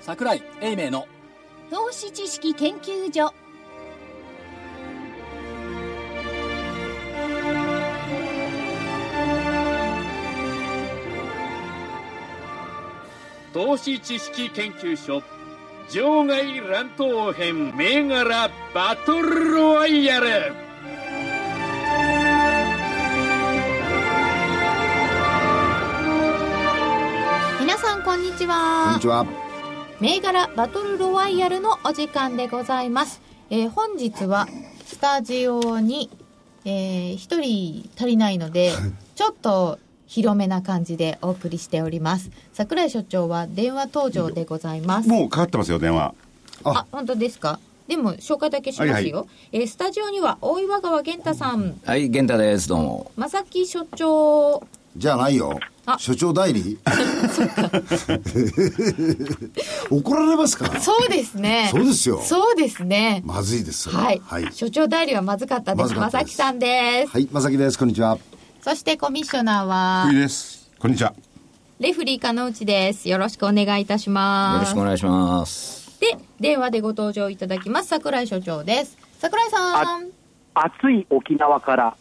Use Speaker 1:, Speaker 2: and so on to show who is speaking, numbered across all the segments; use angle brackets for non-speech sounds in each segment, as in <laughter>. Speaker 1: 桜井英明の
Speaker 2: 投資知識研究所
Speaker 3: 投資知識研究所場外乱闘編銘柄バトルロワイヤル
Speaker 4: 皆さんこんにち
Speaker 5: こん
Speaker 4: は
Speaker 5: にちは。
Speaker 4: 銘柄バトルロワイヤルのお時間でございます、えー本日はスタジオに、え1人足りないのでちょっと広めな感じでお送りしております桜井所長は電話登場でございます
Speaker 6: もうかかってますよ電話
Speaker 4: あ本当ですかでも紹介だけしますよ、
Speaker 6: は
Speaker 4: えースタジオには大岩川源太さん
Speaker 7: はい、玄太です。どうも。
Speaker 4: 正木所長
Speaker 5: じゃないよ
Speaker 4: あ。
Speaker 5: 所長
Speaker 4: <laughs>
Speaker 5: 代理怒られますか
Speaker 4: そうですね
Speaker 5: そうですよ
Speaker 4: そうですね
Speaker 5: まずいですよ。
Speaker 4: はい、
Speaker 5: はい。
Speaker 4: 所長代理はまずかったで
Speaker 5: ますずかった
Speaker 4: 正
Speaker 5: で
Speaker 4: 木
Speaker 5: す
Speaker 4: さんです
Speaker 5: はい、まさきです。こんにちは。
Speaker 4: そしてコミッショナーは
Speaker 6: 福井ですこんにちは
Speaker 4: レフリー加納内ですよろしくお願いいたし
Speaker 7: よ
Speaker 4: ま
Speaker 7: ろ
Speaker 4: す
Speaker 7: しくお願いします。
Speaker 4: で電話でご登場いただきます桜井所長です桜井さん
Speaker 8: 暑い沖縄から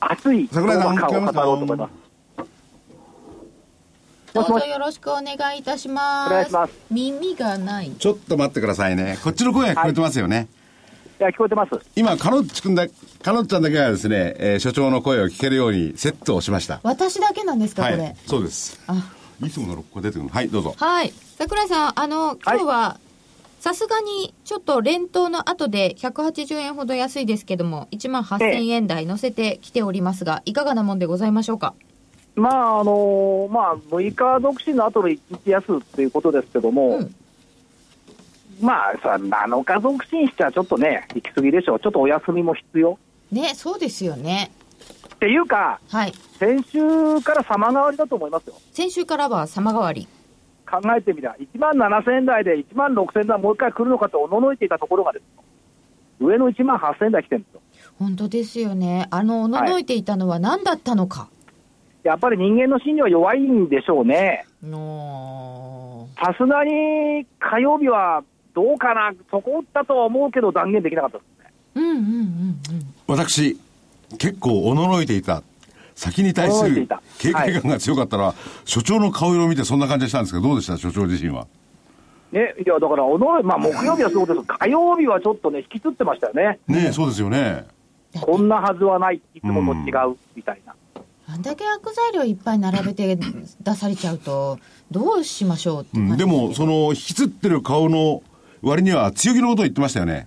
Speaker 8: 暑い
Speaker 6: 桜井さん
Speaker 8: 大
Speaker 6: 聞こえ
Speaker 8: 阪
Speaker 6: ま
Speaker 8: を
Speaker 6: すか
Speaker 8: 語ろうと思います。
Speaker 4: どうぞ
Speaker 8: もしもし
Speaker 4: よろしくお願いいたします
Speaker 8: お願いします
Speaker 4: 耳がない
Speaker 6: ちょっと待ってくださいねこっちの声が聞こえてますよね、
Speaker 8: いや聞こえてます。
Speaker 6: 今カロッチ君だカロッチゃんだけがですね、えー所長の声を聞けるようにセットをしました
Speaker 4: 私だけなんですか、
Speaker 6: は
Speaker 4: これ
Speaker 6: いそうです
Speaker 4: あ
Speaker 6: いつもの6個出てくるのはいどうぞ
Speaker 4: はい桜井さんあの今日はさすがにちょっと連投の後で180円ほど安いですけども1万8000円台乗せてきておりますがいかがなもんでございましょうか
Speaker 8: まああのまあ6日独身の後の一日安っていうことですけども、
Speaker 4: うん
Speaker 8: まあさ7日独身しちゃちょっとね行き過ぎでしょう。ちょっとお休みも必要。
Speaker 4: ねそうですよね
Speaker 8: っていうか
Speaker 4: はい
Speaker 8: 先週から様変わりだと思いますよ。
Speaker 4: 先週からは様変わり
Speaker 8: 考えてみた1万7000円台で1万6000円台もう一回来るのかとおののいていたところがですよ上の1万8000円台来てるんですよ。
Speaker 4: 本当ですよねあのおののいていたのは何だったのか、
Speaker 8: やっぱり人間の心理は弱いんでしょうね。
Speaker 4: の
Speaker 8: さすがに火曜日はどうかな、そこだとは思うけど、断言できなかったですね。
Speaker 4: うんうんうんうん
Speaker 6: 私結構おのろいていた先に対す
Speaker 8: おのろいてい
Speaker 6: る
Speaker 8: た
Speaker 6: 警戒感が強かったら、所長の顔色を見てそんな感じがしたんですけどどうでした所長自身は
Speaker 8: ね、いやだから、おのまあ、木曜日はそうです火曜日はちょっとね、引きつってましたよね、
Speaker 6: ねえ、そうですよね
Speaker 8: こんなはずはない、いつもと違うみたいな、
Speaker 4: あんだけ薬剤量いっぱい並べて出されちゃうとどうしましょうって
Speaker 6: うん、
Speaker 4: 感じ
Speaker 6: でも
Speaker 4: す
Speaker 6: そ
Speaker 4: けど
Speaker 6: の引きつってる顔の割には強気のことを言ってましたよね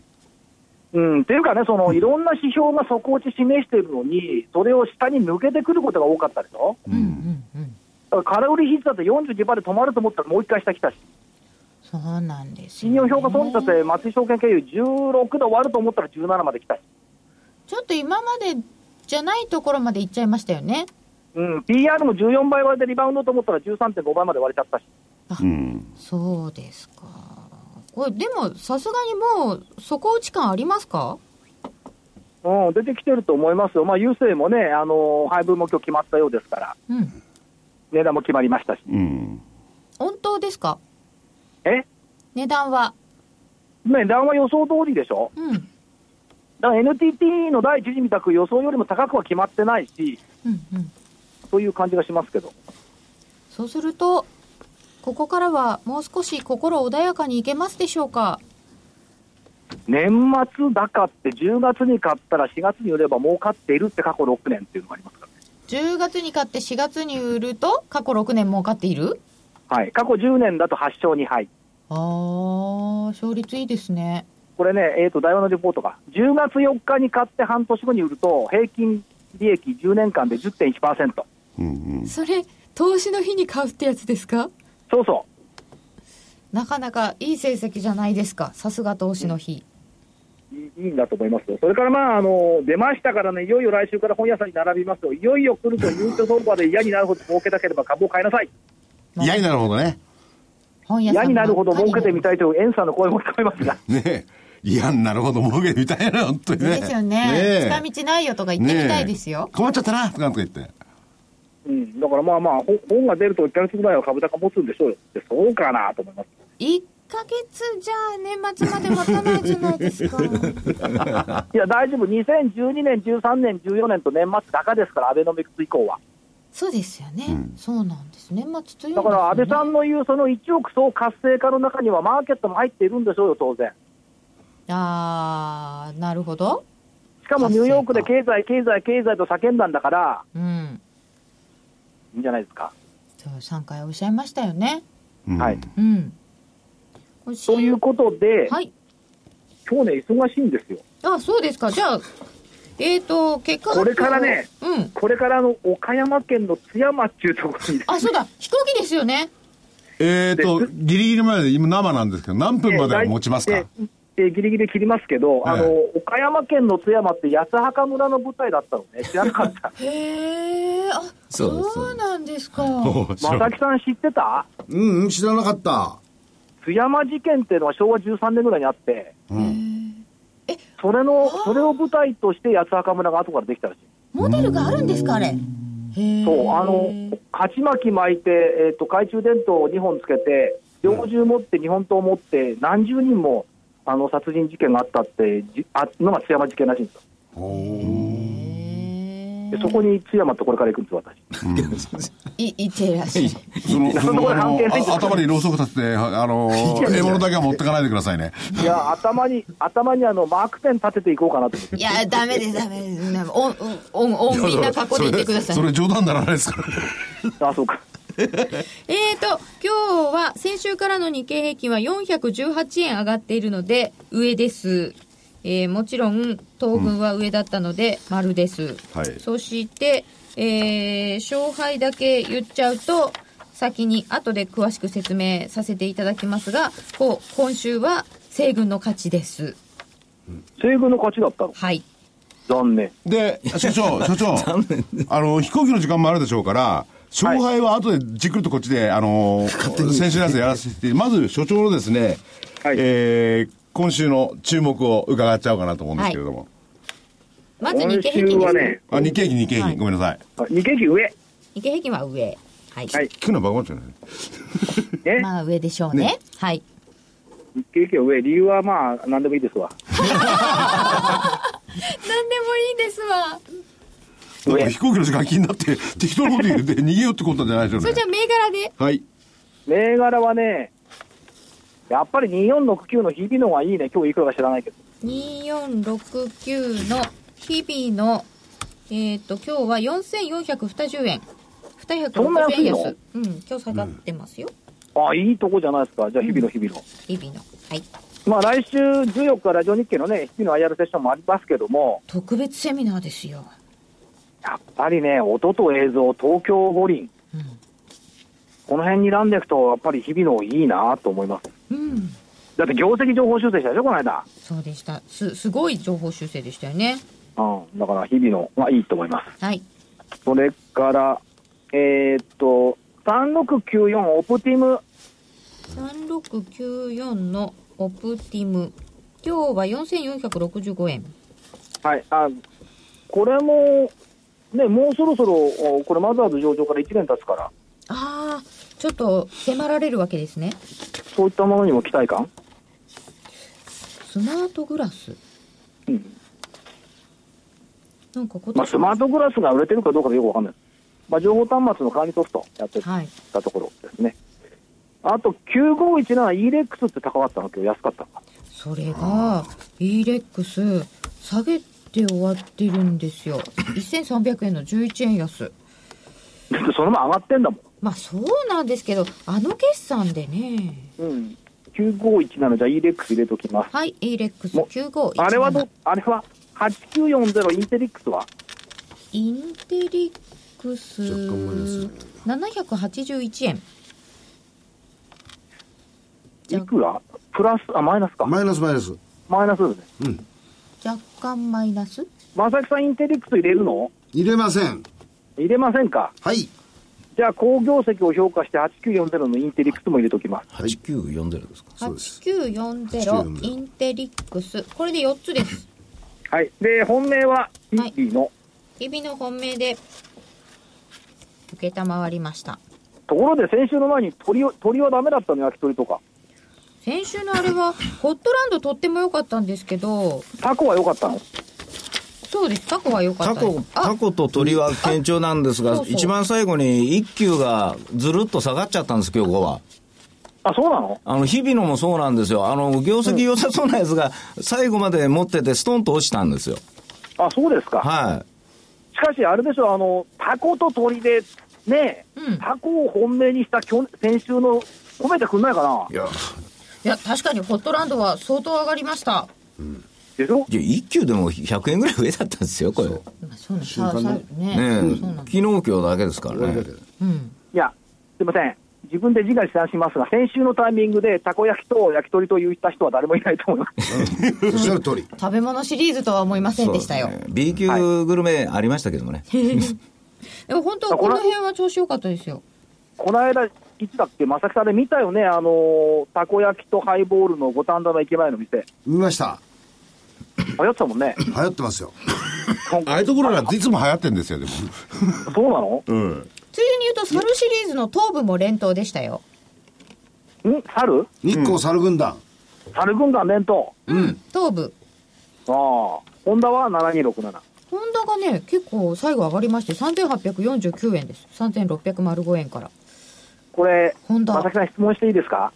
Speaker 8: うん、っていうかね、そのいろんな指標が底落ち示しているのに、それを下に抜けてくることが多かったでしょ、
Speaker 4: うんうんうん
Speaker 8: だから空売り比率だって42%で止まると思ったら、もう一回下来たし、
Speaker 4: そうなんですよ
Speaker 8: 信
Speaker 4: ね、
Speaker 8: 用評価損益だって、松井証券経由16で終わると思ったら17まで来たし。
Speaker 4: ちょっと今までじゃないところまで行っちゃいましたよね
Speaker 8: うん、PR も14倍割れてリバウンドと思ったら13.5倍まで割れちゃったし、
Speaker 6: うん
Speaker 4: そうですかこれでもさすがにもう底打ち感ありますか
Speaker 8: うん、出てきてると思いますよ、まあ、郵政もね、あのー配分も今日決まったようですから、
Speaker 4: うん
Speaker 8: 値段も決まりましたし、
Speaker 6: うん
Speaker 4: 本当ですか
Speaker 8: え
Speaker 4: 値段は
Speaker 8: 値段は予想通りでしょ、
Speaker 4: うん
Speaker 8: だから NTT の第一次みたく予想よりも高くは決まってないし、
Speaker 4: うんうん
Speaker 8: という感じがしますけど、
Speaker 4: そうするとここからはもう少し心穏やかにいけますでしょうか
Speaker 8: 年末だかって、10月に買ったら4月に売れば儲かっているって過去6年っていうのがありますからね、
Speaker 4: 10月に買って4月に売ると過去6年儲かっている
Speaker 8: はい、過去10年だと8勝2敗、
Speaker 4: あー勝率いいですね
Speaker 8: これね、えー、と台湾のレポートが、10月4日に買って半年後に売ると、平均利益10年間で10.1%、
Speaker 6: うんうん
Speaker 4: それ投資の日に買うってやつですか
Speaker 8: そうそ
Speaker 4: なかなかいい成績じゃないですかさすが投資の日、
Speaker 8: う、いいいいんだと思いますよ、それからまああの、出ましたからね、いよいよ来週から本屋さんに並びますよ、いよいよ来ると、優勝相場で嫌になるほど儲けたければ株を買いなさい、
Speaker 4: まあ
Speaker 6: 嫌になるほどね
Speaker 4: 本屋さん
Speaker 8: 嫌になるほど儲けてみた
Speaker 4: い
Speaker 8: いという、エンさんの声も聞こえますが、
Speaker 6: ねえ嫌になるほど儲けみたいな本当にね
Speaker 4: ですよね
Speaker 6: え
Speaker 4: 近道ないよとか言ってみたいですよ、
Speaker 6: ねえ困っちゃったなとかなんとか言って
Speaker 8: うん、だからまあまあ、ほ本が出ると1ヶ月ぐらいは株高持つんでしょうよ、でそうかなと思います。
Speaker 4: 一ヶ月じゃあ年末まで待たないじゃないです
Speaker 6: <laughs>
Speaker 4: か。
Speaker 8: いや、大丈夫、2012年、13年、14年と年末高ですから、アベノミクス以降は。
Speaker 4: そうですよね。そうなんです。年末という
Speaker 8: だから安倍さ
Speaker 4: ん。
Speaker 8: んの言う、その1億総活性化の中には、マーケットも入っているんでしょうよ、当然。
Speaker 4: あー、なるほど。
Speaker 8: しかもニューヨークで経済、経済、経済と叫んだんだから、
Speaker 4: うん。
Speaker 8: いいんじゃないですか。
Speaker 4: そう、3回おっしゃいましたよね。
Speaker 6: うん
Speaker 8: はい。
Speaker 4: うん。
Speaker 8: ということで、
Speaker 4: はい。
Speaker 8: 今日ね、忙しいんですよ。
Speaker 4: あ、そうですか。じゃあ、えーと、結果発
Speaker 8: こ
Speaker 4: 表
Speaker 8: れからね。
Speaker 4: うん。
Speaker 8: これからあの岡山県の津山っていうところに、
Speaker 4: あ、そうだ。飛行機ですよね。
Speaker 6: えーと、ギリギリまで、今生なんですけど、何分までは持ちます
Speaker 8: え
Speaker 6: か
Speaker 8: えギリギリ切りますけど、あ
Speaker 6: え
Speaker 8: の岡山県の津山って八坂村の舞台だったのね、知らなかった。
Speaker 4: へえ。あ、
Speaker 7: そう
Speaker 4: そ
Speaker 7: です
Speaker 4: うなんですか。
Speaker 6: お <laughs> 知らな
Speaker 8: 正
Speaker 6: い
Speaker 8: 木さん知ってた
Speaker 5: うん、うん、知らなかった。
Speaker 8: 津山事件っていうのは昭和13年ぐらいにあって、
Speaker 5: うん。
Speaker 8: それの、それを舞台として八坂村が後からできたらしい。
Speaker 2: モデルがあるんですかあれ
Speaker 4: へえ。
Speaker 8: そう、あの、鉢巻き巻いて、えっ、と、懐中電灯を2本つけて、猟銃持って、日本刀持って、何十人も、あの、殺人事件があったって、じあのが津山事件らしいんですよ。でそこに津山ってこれから行くんです、私。
Speaker 4: い、いってらっしゃい。
Speaker 6: その、そ
Speaker 8: そん
Speaker 6: の、
Speaker 8: なこ
Speaker 6: あ
Speaker 8: と関
Speaker 6: の
Speaker 8: 係ないです
Speaker 6: あ頭にろうそく立てて、ああ
Speaker 8: <laughs>
Speaker 6: の、獲物だけは持ってかないでくださいね。
Speaker 8: いや、頭に、頭にあの、マークペン立てていこうかなと思って。
Speaker 4: いや、ダメです、ダメです。おん、おん、おん、みんな囲んでいってください
Speaker 6: そ。れ冗談ならないですから。
Speaker 8: あ、そうか。
Speaker 4: えーと、今日は先週からの日経平均は418円上がっているので、上です。えーもちろん、東軍は上だったので、丸です。
Speaker 6: はい
Speaker 4: そして、えー勝敗だけ言っちゃうと、先に後で詳しく説明させていただきますが、こう、今週は西軍の勝ちです。
Speaker 8: 西軍の勝ちだったの。
Speaker 4: はい。
Speaker 8: 残念。
Speaker 6: で、所長、所長、あの、飛行機の時間もあるでしょうから、勝敗は後でじっくりとこっちで、あの、先週のやつやらせて、まず所長のですね、
Speaker 8: はい
Speaker 6: えー今週の注目を伺っちゃおうかなと思うんですけれども。
Speaker 4: まず日
Speaker 8: 今
Speaker 4: 経
Speaker 8: 週
Speaker 4: 平均です
Speaker 8: はね、
Speaker 6: あ、日経平均、日経平均、
Speaker 4: はい
Speaker 6: ごめんなさい。
Speaker 8: 日経平均上。
Speaker 4: 日経平均は上。はい。
Speaker 8: はい
Speaker 6: 聞くのはバカじゃない。
Speaker 8: ね、
Speaker 4: まあ上でしょうね。はい。
Speaker 8: 日経平均は上。理由はまあ、なんでもいいですわ。
Speaker 4: なんでもいいですわ。
Speaker 6: なんか飛行機の時間気になって、適当なこと言って逃げようってことじゃないです
Speaker 4: そ
Speaker 6: よ
Speaker 4: れじ
Speaker 6: ね
Speaker 4: ゃ。あ銘柄で。
Speaker 6: はい。
Speaker 8: 銘柄はね、やっぱり2469の日々のがいいね。今日いくらか知らないけど。
Speaker 4: 2469の日々の、えっ、と、今日は4420円。
Speaker 8: そんな
Speaker 4: 260
Speaker 8: 安
Speaker 4: 円
Speaker 8: いの
Speaker 4: 安。うん、今日下がってますよ。
Speaker 8: あ、いいとこじゃないですか。じゃあ、日々の日々の。
Speaker 4: 日々の。はい。
Speaker 8: まあ、来週14日、ラジオ日経のね、日々の IR セッションもありますけども、
Speaker 4: 特別セミナーですよ。
Speaker 8: やっぱりね、音と映像、東京五輪。この辺にらんでいくと、やっぱり日々のいいなと思います。
Speaker 4: うん。
Speaker 8: だって業績情報修正したでしょ、この間。
Speaker 4: そうでした。す、すごい情報修正でしたよね。
Speaker 8: うん。だから、日々のはいいと思います。
Speaker 4: はい。
Speaker 8: それから、えーっと、3694オプティム。
Speaker 4: 3694のオプティム。今日は4465円。
Speaker 8: はい。あ、これも、ね、もうそろそろ、おこれマザーズ上場から1年経つから、
Speaker 4: ああ、ちょっと迫られるわけですね。
Speaker 8: そういったものにも期待感
Speaker 4: スマートグラス。
Speaker 8: うん。
Speaker 4: なんか今年
Speaker 8: まあ、スマートグラスが売れてるかどうかよくわかんない。まあ、情報端末の管理ソフトやって
Speaker 4: はい。
Speaker 8: たところですね。あと、9517イーレックスって高かったの今日安かったのか。
Speaker 4: それが e レックス下げて終わってるんですよ1300円の11円安
Speaker 8: だってそのまま上がってんだもん。
Speaker 4: まあそうなんですけどあの決算でね
Speaker 8: うん、9517じゃあ e レックス入れときます。
Speaker 4: はい e レックス
Speaker 8: も
Speaker 4: 9517
Speaker 8: あれはど、あれは、8940インテリックスは
Speaker 4: インテリックス
Speaker 5: 若干マイナス
Speaker 4: 781円じゃ
Speaker 8: いくらプラス、あ、マイナスか。
Speaker 5: マイナスマイナス。
Speaker 8: マイナスですね。
Speaker 4: 若干マイナス
Speaker 8: まさきさんインテリックス入れるの
Speaker 5: 入れません。
Speaker 8: 入れませんか。
Speaker 5: はい。
Speaker 8: じゃあ、好業績を評価して8940のインテリックスも入れときます。
Speaker 7: 8940ですか
Speaker 5: そうです
Speaker 4: 8940インテリックスこれで4つです
Speaker 8: はい。で、本命は、イ
Speaker 4: はい
Speaker 8: ッピーの。
Speaker 4: 日々の本命で承りました
Speaker 8: ところで、先週の前に鳥を、鳥はダメだったの焼き鳥とか。
Speaker 4: 先週のあれは、ホットランドとっても良かったんですけど、
Speaker 8: タコは良かったの
Speaker 4: そうです、タコは良か
Speaker 7: タ
Speaker 4: ったです
Speaker 7: コ、
Speaker 4: あ
Speaker 7: タコと鳥は堅調なんです
Speaker 4: あ
Speaker 7: が
Speaker 4: そ、うそう
Speaker 7: 一番最後に一級がずるっと下がっちゃったんです、今日後は。
Speaker 8: あ、そうなの
Speaker 7: あの、日々のもそうなんですよ。あの、業績良さそうなやつが、最後まで持ってて、ストンと落ちたんですよ。
Speaker 8: あ、そうですか。
Speaker 7: は
Speaker 8: しかし、あれでしょ、あの、タコと鳥で、ねえ、
Speaker 4: うん
Speaker 8: タコを本命にした去年先週の、褒めてくんないかない
Speaker 5: や、
Speaker 4: いや、確かにホットランドは相当上がりました。
Speaker 8: でしょ
Speaker 7: い。いや、一級でも100円ぐらい上だったんですよ、これ。ね
Speaker 4: まあそうなん
Speaker 5: 週刊の
Speaker 4: ささね
Speaker 7: え
Speaker 4: そうなん
Speaker 7: 昨日今日だけですからね。
Speaker 4: うん。
Speaker 8: いや、すいません。自分で自我自賛しますが、先週のタイミングで、たこ焼きと焼き鳥と言った人は誰もいないと思います。
Speaker 5: そしたら鳥。
Speaker 4: 食べ物シリーズとは思いませんでしたよ。
Speaker 7: そうですね B 級グルメありましたけどもね。
Speaker 4: でも本当、
Speaker 8: あこ
Speaker 4: こ
Speaker 8: れ
Speaker 4: の辺は調子良かったですよ。
Speaker 8: この間、いつだっけ、まさきさんで見たよね、あの、たこ焼きとハイボールの五反田の駅前の店。
Speaker 5: 見ました。
Speaker 8: あ、やってたもんね。
Speaker 5: 流行ってますよ。
Speaker 6: ああいうところなんていつも流行ってんですよ、でも。
Speaker 8: そうなの
Speaker 6: うん。
Speaker 4: ついでに言うと、サルシリーズの頭部も連投でしたよ。
Speaker 8: ん猿
Speaker 5: 日光猿軍団。
Speaker 8: 猿軍団連投。
Speaker 4: 頭部。
Speaker 8: ああ、ホンダは7267。
Speaker 4: ホンダがね、結構最後上がりまして、3849円です。3605円から。
Speaker 8: これ、
Speaker 4: ホンダ
Speaker 8: まさきさん質問していいですか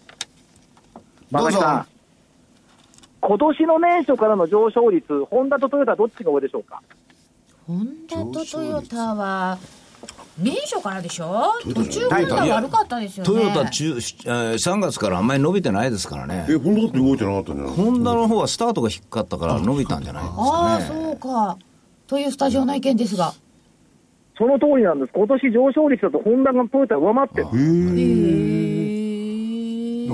Speaker 8: ま
Speaker 5: どう
Speaker 8: さき
Speaker 5: ぞ。
Speaker 8: さん。今年の年初からの上昇率、ホンダとトヨタどっちが上でしょうか
Speaker 4: ホンダとトヨタは、年初からでしょ途中ホンダ悪かったですよね。
Speaker 7: トヨタ中、えー3月からあんまり伸びてないですからね
Speaker 6: え、。本当だって動いてなかったんじゃない
Speaker 7: ホンダの方はスタートが低かったから伸びたんじゃないです
Speaker 4: あ
Speaker 7: か
Speaker 4: あ、
Speaker 7: ね。
Speaker 4: そうか。というスタジオの意見ですが。
Speaker 8: その通りなんです。今年上昇率だとホンダがトヨタ上回ってる。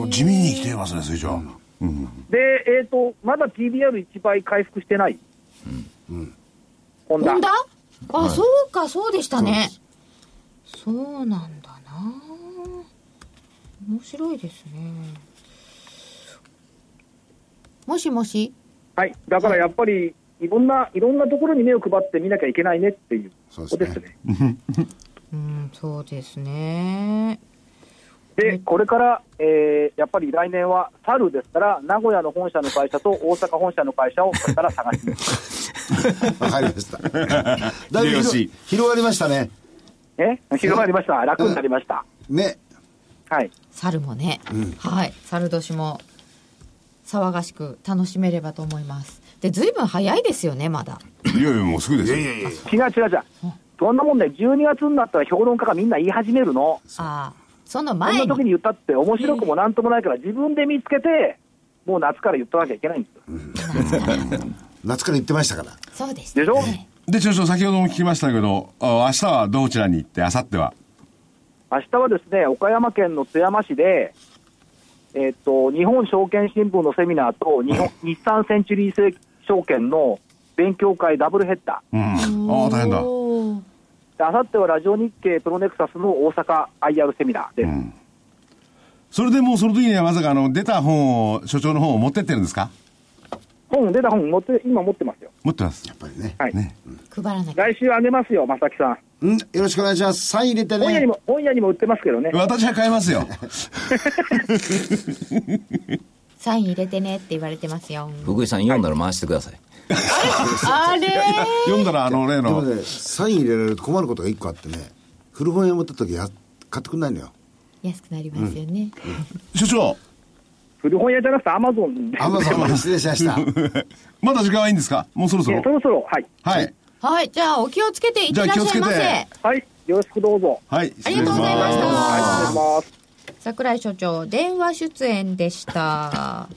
Speaker 6: 地味に来てますね、水上。
Speaker 8: で、えっ、と、まだ PBR1 倍回復してない。ホンダ
Speaker 4: ホンダあ、そうか、そうでしたね。そうなんだな。面白いですね。もしもし
Speaker 8: はい。だからやっぱり、いろんな、いろんなところに目を配って見なきゃいけないねっていう
Speaker 5: そう
Speaker 8: こと
Speaker 5: で
Speaker 8: ですす
Speaker 5: ね
Speaker 8: ね。
Speaker 4: うん、そうですね。
Speaker 8: で、これから、えーやっぱり来年は猿ですから、名古屋の本社の会社と大阪本社の会社をこれから探してみ
Speaker 5: <laughs>
Speaker 8: ます。
Speaker 5: わかりま
Speaker 7: <laughs>
Speaker 5: した。だいぶ
Speaker 6: よ
Speaker 5: 広
Speaker 6: し
Speaker 5: 広がりましたね。
Speaker 8: え広がりました。楽になりました。
Speaker 5: ね。
Speaker 8: はい。
Speaker 4: 猿もね、はい、猿年も騒がしく楽しめればと思います。で、ずいぶん早いですよね、まだ。
Speaker 6: いやいや、もうすぐですよ。
Speaker 8: 違う違う違う。そんなもんね、12月になったら評論家がみんな言い始めるの。
Speaker 4: ああ、その
Speaker 8: そん
Speaker 4: 前
Speaker 8: な時
Speaker 4: に。
Speaker 8: に言ったって面白くもなんともないから、自分で見つけて、もう夏から言っとかなきゃいけないんですよ。
Speaker 5: 夏から言ってましたから。
Speaker 4: そうです、
Speaker 8: でしょ
Speaker 4: ね。
Speaker 6: で、所長、先ほども聞きましたけど、あ明日はどちらに行って、明後日は。
Speaker 8: 明日はですね、岡山県の津山市で、えっと、日本証券新聞のセミナーと
Speaker 5: <laughs>
Speaker 8: 日本、日産センチュリー証券の勉強会ダブルヘッダ
Speaker 6: うん。ああ、大変だ。
Speaker 4: おー
Speaker 8: ー。で、あさってはラジオ日経プロネクサスの大阪 IR セミナーです。
Speaker 6: んそれでもうその時にはまさかあの出た本を所長の本を持ってってるんですか
Speaker 8: 本、出た本持って、今持ってますよ。
Speaker 6: 持ってます
Speaker 5: やっぱりね。
Speaker 8: はい。
Speaker 6: ね
Speaker 4: 配らなきゃ。
Speaker 8: 来週あげますよ、正木さん。
Speaker 5: うん、よろしくお願いします。サイン入れて
Speaker 8: 本屋に
Speaker 5: ね。
Speaker 8: も、本屋にも売ってますけどね。
Speaker 6: 私は買いま
Speaker 4: <laughs>
Speaker 6: すよ
Speaker 4: サイン入れてねって言われてますよ。
Speaker 7: 福井さん読んだら回してください。
Speaker 4: あれ
Speaker 6: 読んだらあの例
Speaker 5: で
Speaker 6: の
Speaker 5: もね、サイン入れられると困ることが一個あってね、古本屋持った時や買ってくんないのよ。
Speaker 4: 安くなりますよね。
Speaker 6: 所長
Speaker 8: 古本屋じゃなくてアマゾンで。
Speaker 5: アマゾン失礼しました。
Speaker 6: まだ時間はいいんですかもうそろそ
Speaker 8: え
Speaker 6: ろ
Speaker 8: そろそろ、はい。
Speaker 6: はい
Speaker 4: はい、じゃあお気をつけていってらっしゃいま
Speaker 6: じゃあ気をつけ
Speaker 4: せ。
Speaker 8: はい、よろしくどうぞ。
Speaker 6: はい
Speaker 4: ありがとうございまし
Speaker 6: 失礼
Speaker 4: た。
Speaker 8: はい、失礼します。
Speaker 4: 桜井所長、電話出演でした。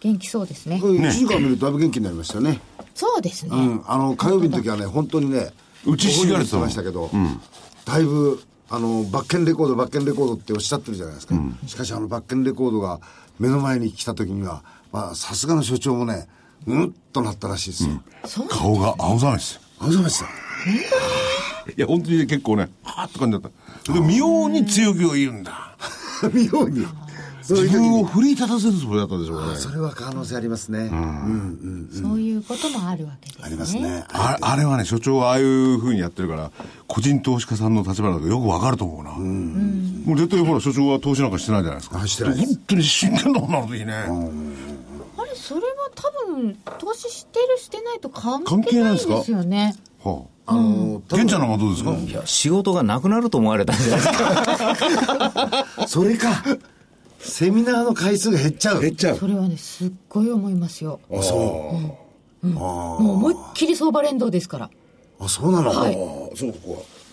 Speaker 4: 元気そうですね。
Speaker 5: これ1時間見るとだいぶ元気になりましたね。
Speaker 4: そうです
Speaker 5: う
Speaker 4: ね。
Speaker 5: ん、あの火曜日の時はね、本当にね、
Speaker 6: 打ちひしがれてた
Speaker 5: ご
Speaker 6: もん
Speaker 5: 本人も言ってましたけど、だいぶ、あの、バッケンレコード、バッケンレコードっておっしゃってるじゃないですか。しかし、あの、バッケンレコードが目の前に来た時には、まあ、さすがの所長もね、うんっとなったらしいですよ。
Speaker 4: そう
Speaker 6: 顔が青ざめです
Speaker 5: あざました。
Speaker 6: いや本当にね結構ねはあって感じだったで妙に強気を言うんだ
Speaker 5: 妙に。そういう
Speaker 6: 自
Speaker 5: 時に
Speaker 6: 分を奮い立たせるつもりだったんでしょうかね。
Speaker 5: それは可能性ありますね。うんうん
Speaker 4: そういうこともあるわけですね。
Speaker 5: ありますね。
Speaker 6: ああれはね、所長はああいうふうにやってるから、個人投資家さんの立場だとよくわかると思うな。もう絶対ほら、所長は投資なんかしてないじゃないですか。
Speaker 5: あしてないです
Speaker 6: 本当に死んでんだもんな、あの時ね。
Speaker 4: あれ、それは多分、投資してるしてないと関
Speaker 6: 関
Speaker 4: 係
Speaker 6: 係な
Speaker 4: ないい
Speaker 6: です
Speaker 4: ん
Speaker 6: か
Speaker 4: ですよね。
Speaker 6: はあ。
Speaker 5: あの、多
Speaker 6: 玄
Speaker 5: 分
Speaker 6: ちゃんなんかどうですか、
Speaker 1: いや、仕事がなくなると思われたんじゃないですか。
Speaker 5: それか。セミナーの回数が減っちゃう。
Speaker 6: 減っちゃう
Speaker 4: そ。れはね、すっごい思いますよ。
Speaker 5: あ、そ
Speaker 4: もう思いっきり相場連動ですから。
Speaker 5: う。あ、そうなの。
Speaker 4: はい
Speaker 5: あそうか。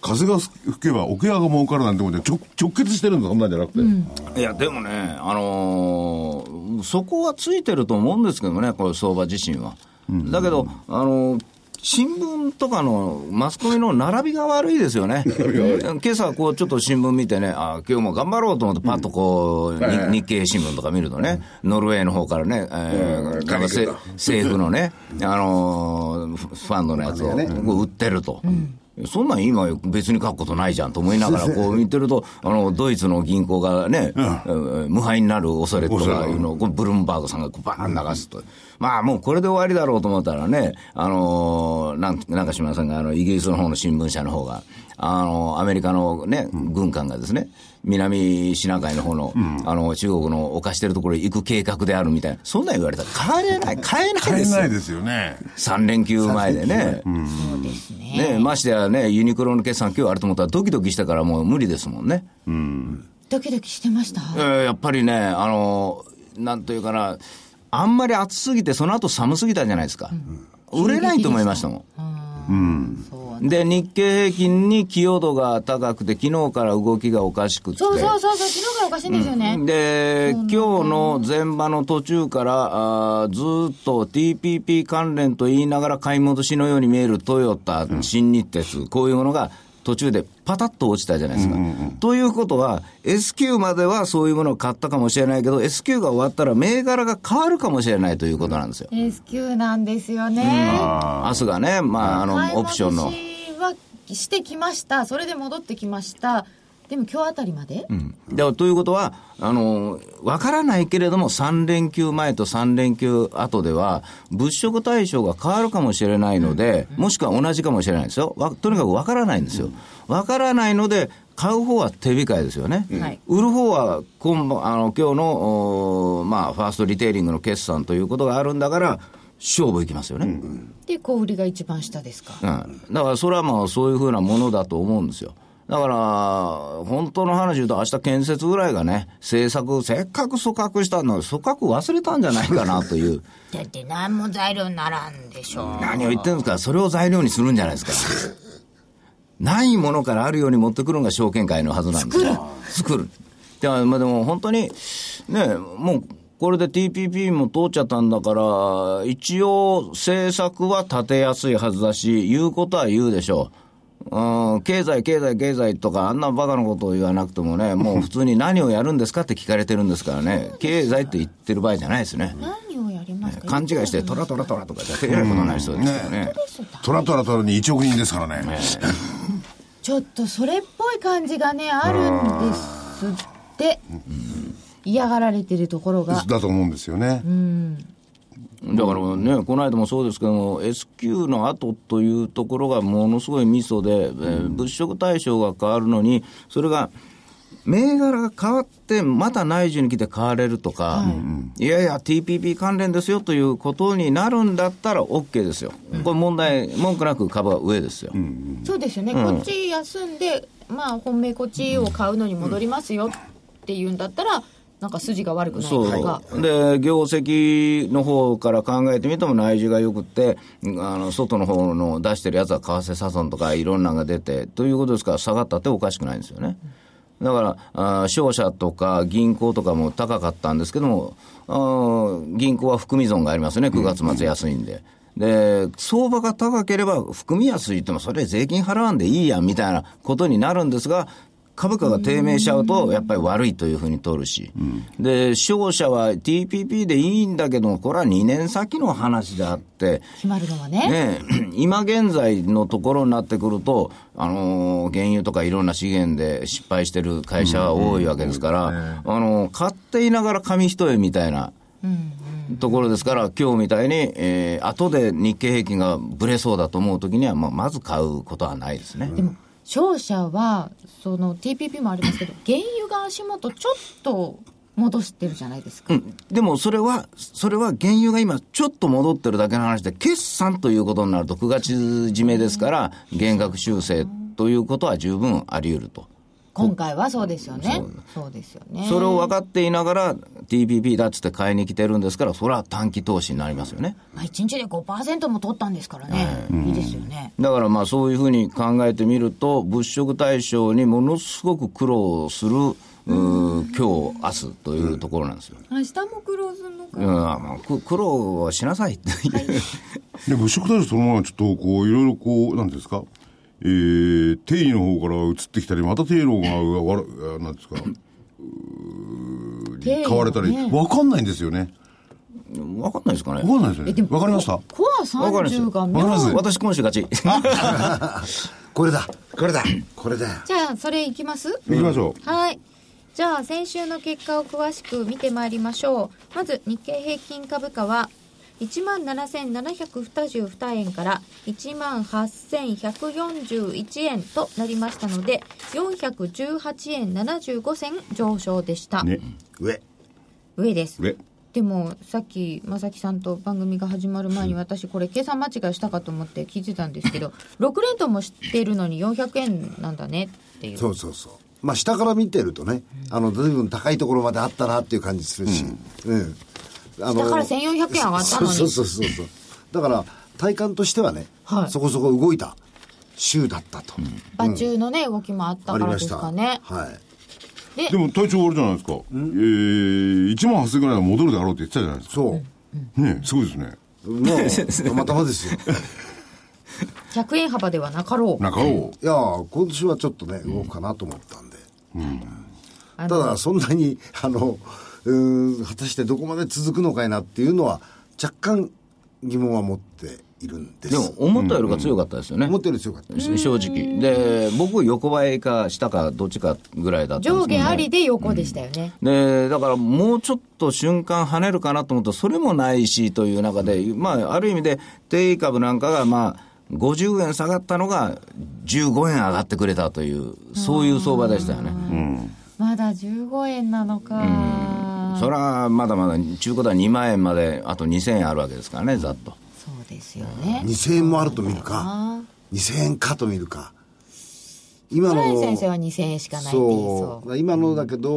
Speaker 6: 風が吹けば桶屋が儲かるなんてことで直直結してるんだ、そんなんじゃなくて。
Speaker 1: いや、でもね、あのーそこはついてると思うんですけどね、これ相場自身は。だけど、あのー新聞とかのマスコミの並びが悪いですよね。今朝こうちょっと新聞見てね、あー今日も頑張ろうと思ってパッとこう、に日経新聞とか見るとね、ノルウェーの方からね、えーなんかせ政府のね、あのーフファンドのやつをこう売ってると。そんなん今別に書くことないじゃんと思いながらこう見てると、あの、ドイツの銀行がね、えー無敗になる恐れとかいうのをこうブルームバーグさんがこうバーン流すと。まあもうこれで終わりだろうと思ったらね、あのーなん、なんか島田さんがあの、イギリスの方の新聞社の方が、あのーアメリカのね、軍艦がですね、南シナ海の方の、あの、中国の犯してるところへ行く計画であるみたいな、そんなん言われたら帰れない、帰れない
Speaker 6: 買
Speaker 1: で
Speaker 6: え
Speaker 1: すよ
Speaker 6: ない。ですよね。
Speaker 1: 3連休前でね。
Speaker 4: そうですね。
Speaker 1: ねましてやね、ユニクロの決算、今日あると思ったら、ドキドキしたから、もう無理ですもんね、
Speaker 4: ドキドキしてました。
Speaker 1: えーやっぱりね、あのなんというかな、あんまり暑すぎて、その後寒すぎたじゃないですか、売れないと思いましたもん。
Speaker 4: うん。そうね
Speaker 1: で、日経平均に寄与度が高くて、昨日から動きがおかしくて。
Speaker 4: そうそうそうそう、昨日からおかしいんですよね。
Speaker 1: で、今日の前場の途中から、あーずーっと TPP 関連と言いながら買い戻しのように見えるトヨタ、新日鉄、こういうものが途中でパタッと落ちたじゃないですか。ということは、S q まではそういうものを買ったかもしれないけど、S q が終わったら銘柄が変わるかもしれないということなんですよ。
Speaker 4: S q なんですよね。
Speaker 1: 明日がね、まあ、あ
Speaker 4: 買
Speaker 1: の、オ
Speaker 4: い戻
Speaker 1: プ
Speaker 4: し
Speaker 1: ションの。
Speaker 4: はしてきました。それで戻ってきました。でも今日あたりま
Speaker 1: だ
Speaker 4: で、
Speaker 1: からということは、あの、わからないけれども、3連休前と3連休後では、物色対象が変わるかもしれないので、もしくは同じかもしれないですよ。わとにかくわからないんですよ。わからないので、買う方は手控えですよね。
Speaker 4: はい
Speaker 1: 売る方は今晩、あの、今日の、おーまあ、ファーストリテイリングの決算ということがあるんだから、勝負いきますよね。
Speaker 4: で、小売りが一番下ですか。
Speaker 1: うん、だからそれはまあそういうふうなものだと思うんですよ。だから、本当の話言うと、明日建設ぐらいがね、政策、せっかく組閣したのに、組閣忘れたんじゃないかなという、
Speaker 4: だって何も材料にならんでしょう。
Speaker 1: 何を言ってるんですか、それを材料にするんじゃない <laughs> ですか。ないものからあるように持ってくるのが証券会のはずなんですよ。作る。でまあ、でも本当に、ね、もう、これで TPP も通っちゃったんだから、一応政策は立てやすいはずだし、言うことは言うでしょう。うん、経済、経済、経済とか、あんなバカなことを言わなくてもね、もう普通に何をやるんですかって聞かれてるんですからね、経済って言ってる場合じゃないですね。
Speaker 4: 何をやりますか
Speaker 1: 勘違いして、トラトラトラとかじゃえらいことない人ですよね。
Speaker 6: トラトラトラに1億人ですからね。
Speaker 4: ちょっとそれっぽい感じがね、あるんですって。嫌がられてるところが。
Speaker 6: だと思うんですよね。
Speaker 1: だからね、この間もそうですけども、S q の後というところがものすごいミソで、えー物色対象が変わるのに、それが、銘柄が変わって、また内需に来て買われるとか、い、やいや、TPP 関連ですよということになるんだったら OK ですよ、これ、問題、文句なく株は上ですよ。
Speaker 4: そうですよね、こっち休んで、まあ、本命こっちを買うのに戻りますよっていうんだったら、なんか筋が悪くない
Speaker 1: そ
Speaker 4: とか、
Speaker 1: うで業績の方から考えてみても内需がよくって、あの外の方の出してるやつは為替サソンとかいろんなのが出て、ということですから、下がったっておかしくないんですよね。だから、あー商社とか銀行とかも高かったんですけども、あー銀行は含み損がありますね、9月末安いんで。で、相場が高ければ含みやすいっても、それ税金払わんでいいやんみたいなことになるんですが、為
Speaker 7: 株価が低迷しちゃうと、やっぱり悪いというふうに取るし、で、商社は TPP でいいんだけど、これは2年先の話であって、
Speaker 4: 決まるのはね。
Speaker 7: ねえ、 <clears throat> 今現在のところになってくると、あのー原油とかいろんな資源で失敗してる会社は多いわけですから、あのー買っていながら紙一重みたいな。ところですから、今日みたいに、えー後で日経平均がぶれそうだと思うときには、まあ、まず買うことはないですね。
Speaker 4: でも商社はその TPP もありますけど原油が足元ちょっと戻してるじゃないですか、
Speaker 7: うん、でもそれは、それは原油が今、ちょっと戻ってるだけの話で、決算ということになると、9月締めですから、減額修正ということは十分あり得ると。
Speaker 4: 今回はそうですよねそうですよね
Speaker 7: それを分かっていながら、TPP だっつって買いに来てるんですから、それは短期投資になりますよね。
Speaker 4: まあ、1日で5%も取ったんですからね、い、いですよね
Speaker 7: だからまあそういうふうに考えてみると、物色対象にものすごく苦労する、うー今日、明日というところなんですよ。
Speaker 1: 明日もクローズの
Speaker 7: うんまあ、く苦労はしなさいっていう、
Speaker 6: で物色対象そのままちょっとこういろいろこうなんていうんですかえー、定義の方から移ってきたりまた定義がわらあなんですかうー
Speaker 4: 定義ね
Speaker 6: 買われたりわかんないんですよね
Speaker 7: 分かんないですかね
Speaker 6: わ。かんないですよねわかりました
Speaker 4: コア30が
Speaker 6: わかります
Speaker 4: 妙
Speaker 7: 私今週勝ち。
Speaker 5: これだこれだこれだよ
Speaker 1: じゃあそれいきます
Speaker 6: 行きましょう
Speaker 1: はいじゃあ先週の結果を詳しく見てまいりましょうまず日経平均株価は1万7722円から1万8141円となりましたので418円75銭上昇でした、
Speaker 6: ね
Speaker 5: 上
Speaker 1: 上です
Speaker 6: これ
Speaker 1: でもさっき正木さんと番組が始まる前に私これ計算間違いしたかと思って聞いてたんですけ
Speaker 4: <laughs>
Speaker 1: ど6連投も知ってるのに400円なんだねっていう
Speaker 5: そうそうそうまあ下から見てるとねあの随分高いところまであったなっていう感じするし、うんあの
Speaker 4: 下から1400円上がったのに
Speaker 5: そうそうそうそうだから体感としてはね、
Speaker 4: はい
Speaker 5: そこそこ動いた週だったと、
Speaker 4: 場中のね動きもあった
Speaker 5: あ
Speaker 4: か
Speaker 5: り
Speaker 4: ら
Speaker 5: ま
Speaker 4: で
Speaker 5: し
Speaker 4: す
Speaker 5: た
Speaker 4: かね
Speaker 5: はい
Speaker 6: でも体調悪いじゃないですかえー、1万8000ぐらいは戻るだろうって言ってたじゃないですか
Speaker 5: そう、
Speaker 6: ねすごいですね
Speaker 5: もうたまたまですよ
Speaker 4: 100円幅ではなかろう
Speaker 6: 中を
Speaker 5: いやー今年はちょっとね動くかなと思ったんで、
Speaker 4: あ
Speaker 5: た
Speaker 4: の
Speaker 5: だそんなにあのうーん果たしてどこまで続くのかいなっていうのは若干疑問は持っているんです
Speaker 7: でも思ったよりか強かったですよね。
Speaker 5: 思ったより強かった
Speaker 7: 正直。で、僕横ばいか下かどっちかぐらいだったんです
Speaker 4: 上
Speaker 7: けど、ね。
Speaker 4: 下ありで横でしたよね、
Speaker 7: で、だからもうちょっと瞬間跳ねるかなと思ったら、それもないしという中で、まあ、ある意味で、定位株なんかが、まあ、50円下がったのが15円上がってくれたという、そういう相場でしたよね。
Speaker 4: まだ15円なのか
Speaker 7: それはまだまだ中古では2万円まであと2000円あるわけですからね、ざっと。
Speaker 4: そうですよね
Speaker 5: 2000円もあると見るか2000円かと見るか今
Speaker 4: 村
Speaker 5: の
Speaker 4: 井先生は2000円しかないって言い
Speaker 5: そ
Speaker 4: そう
Speaker 5: う今のだけど、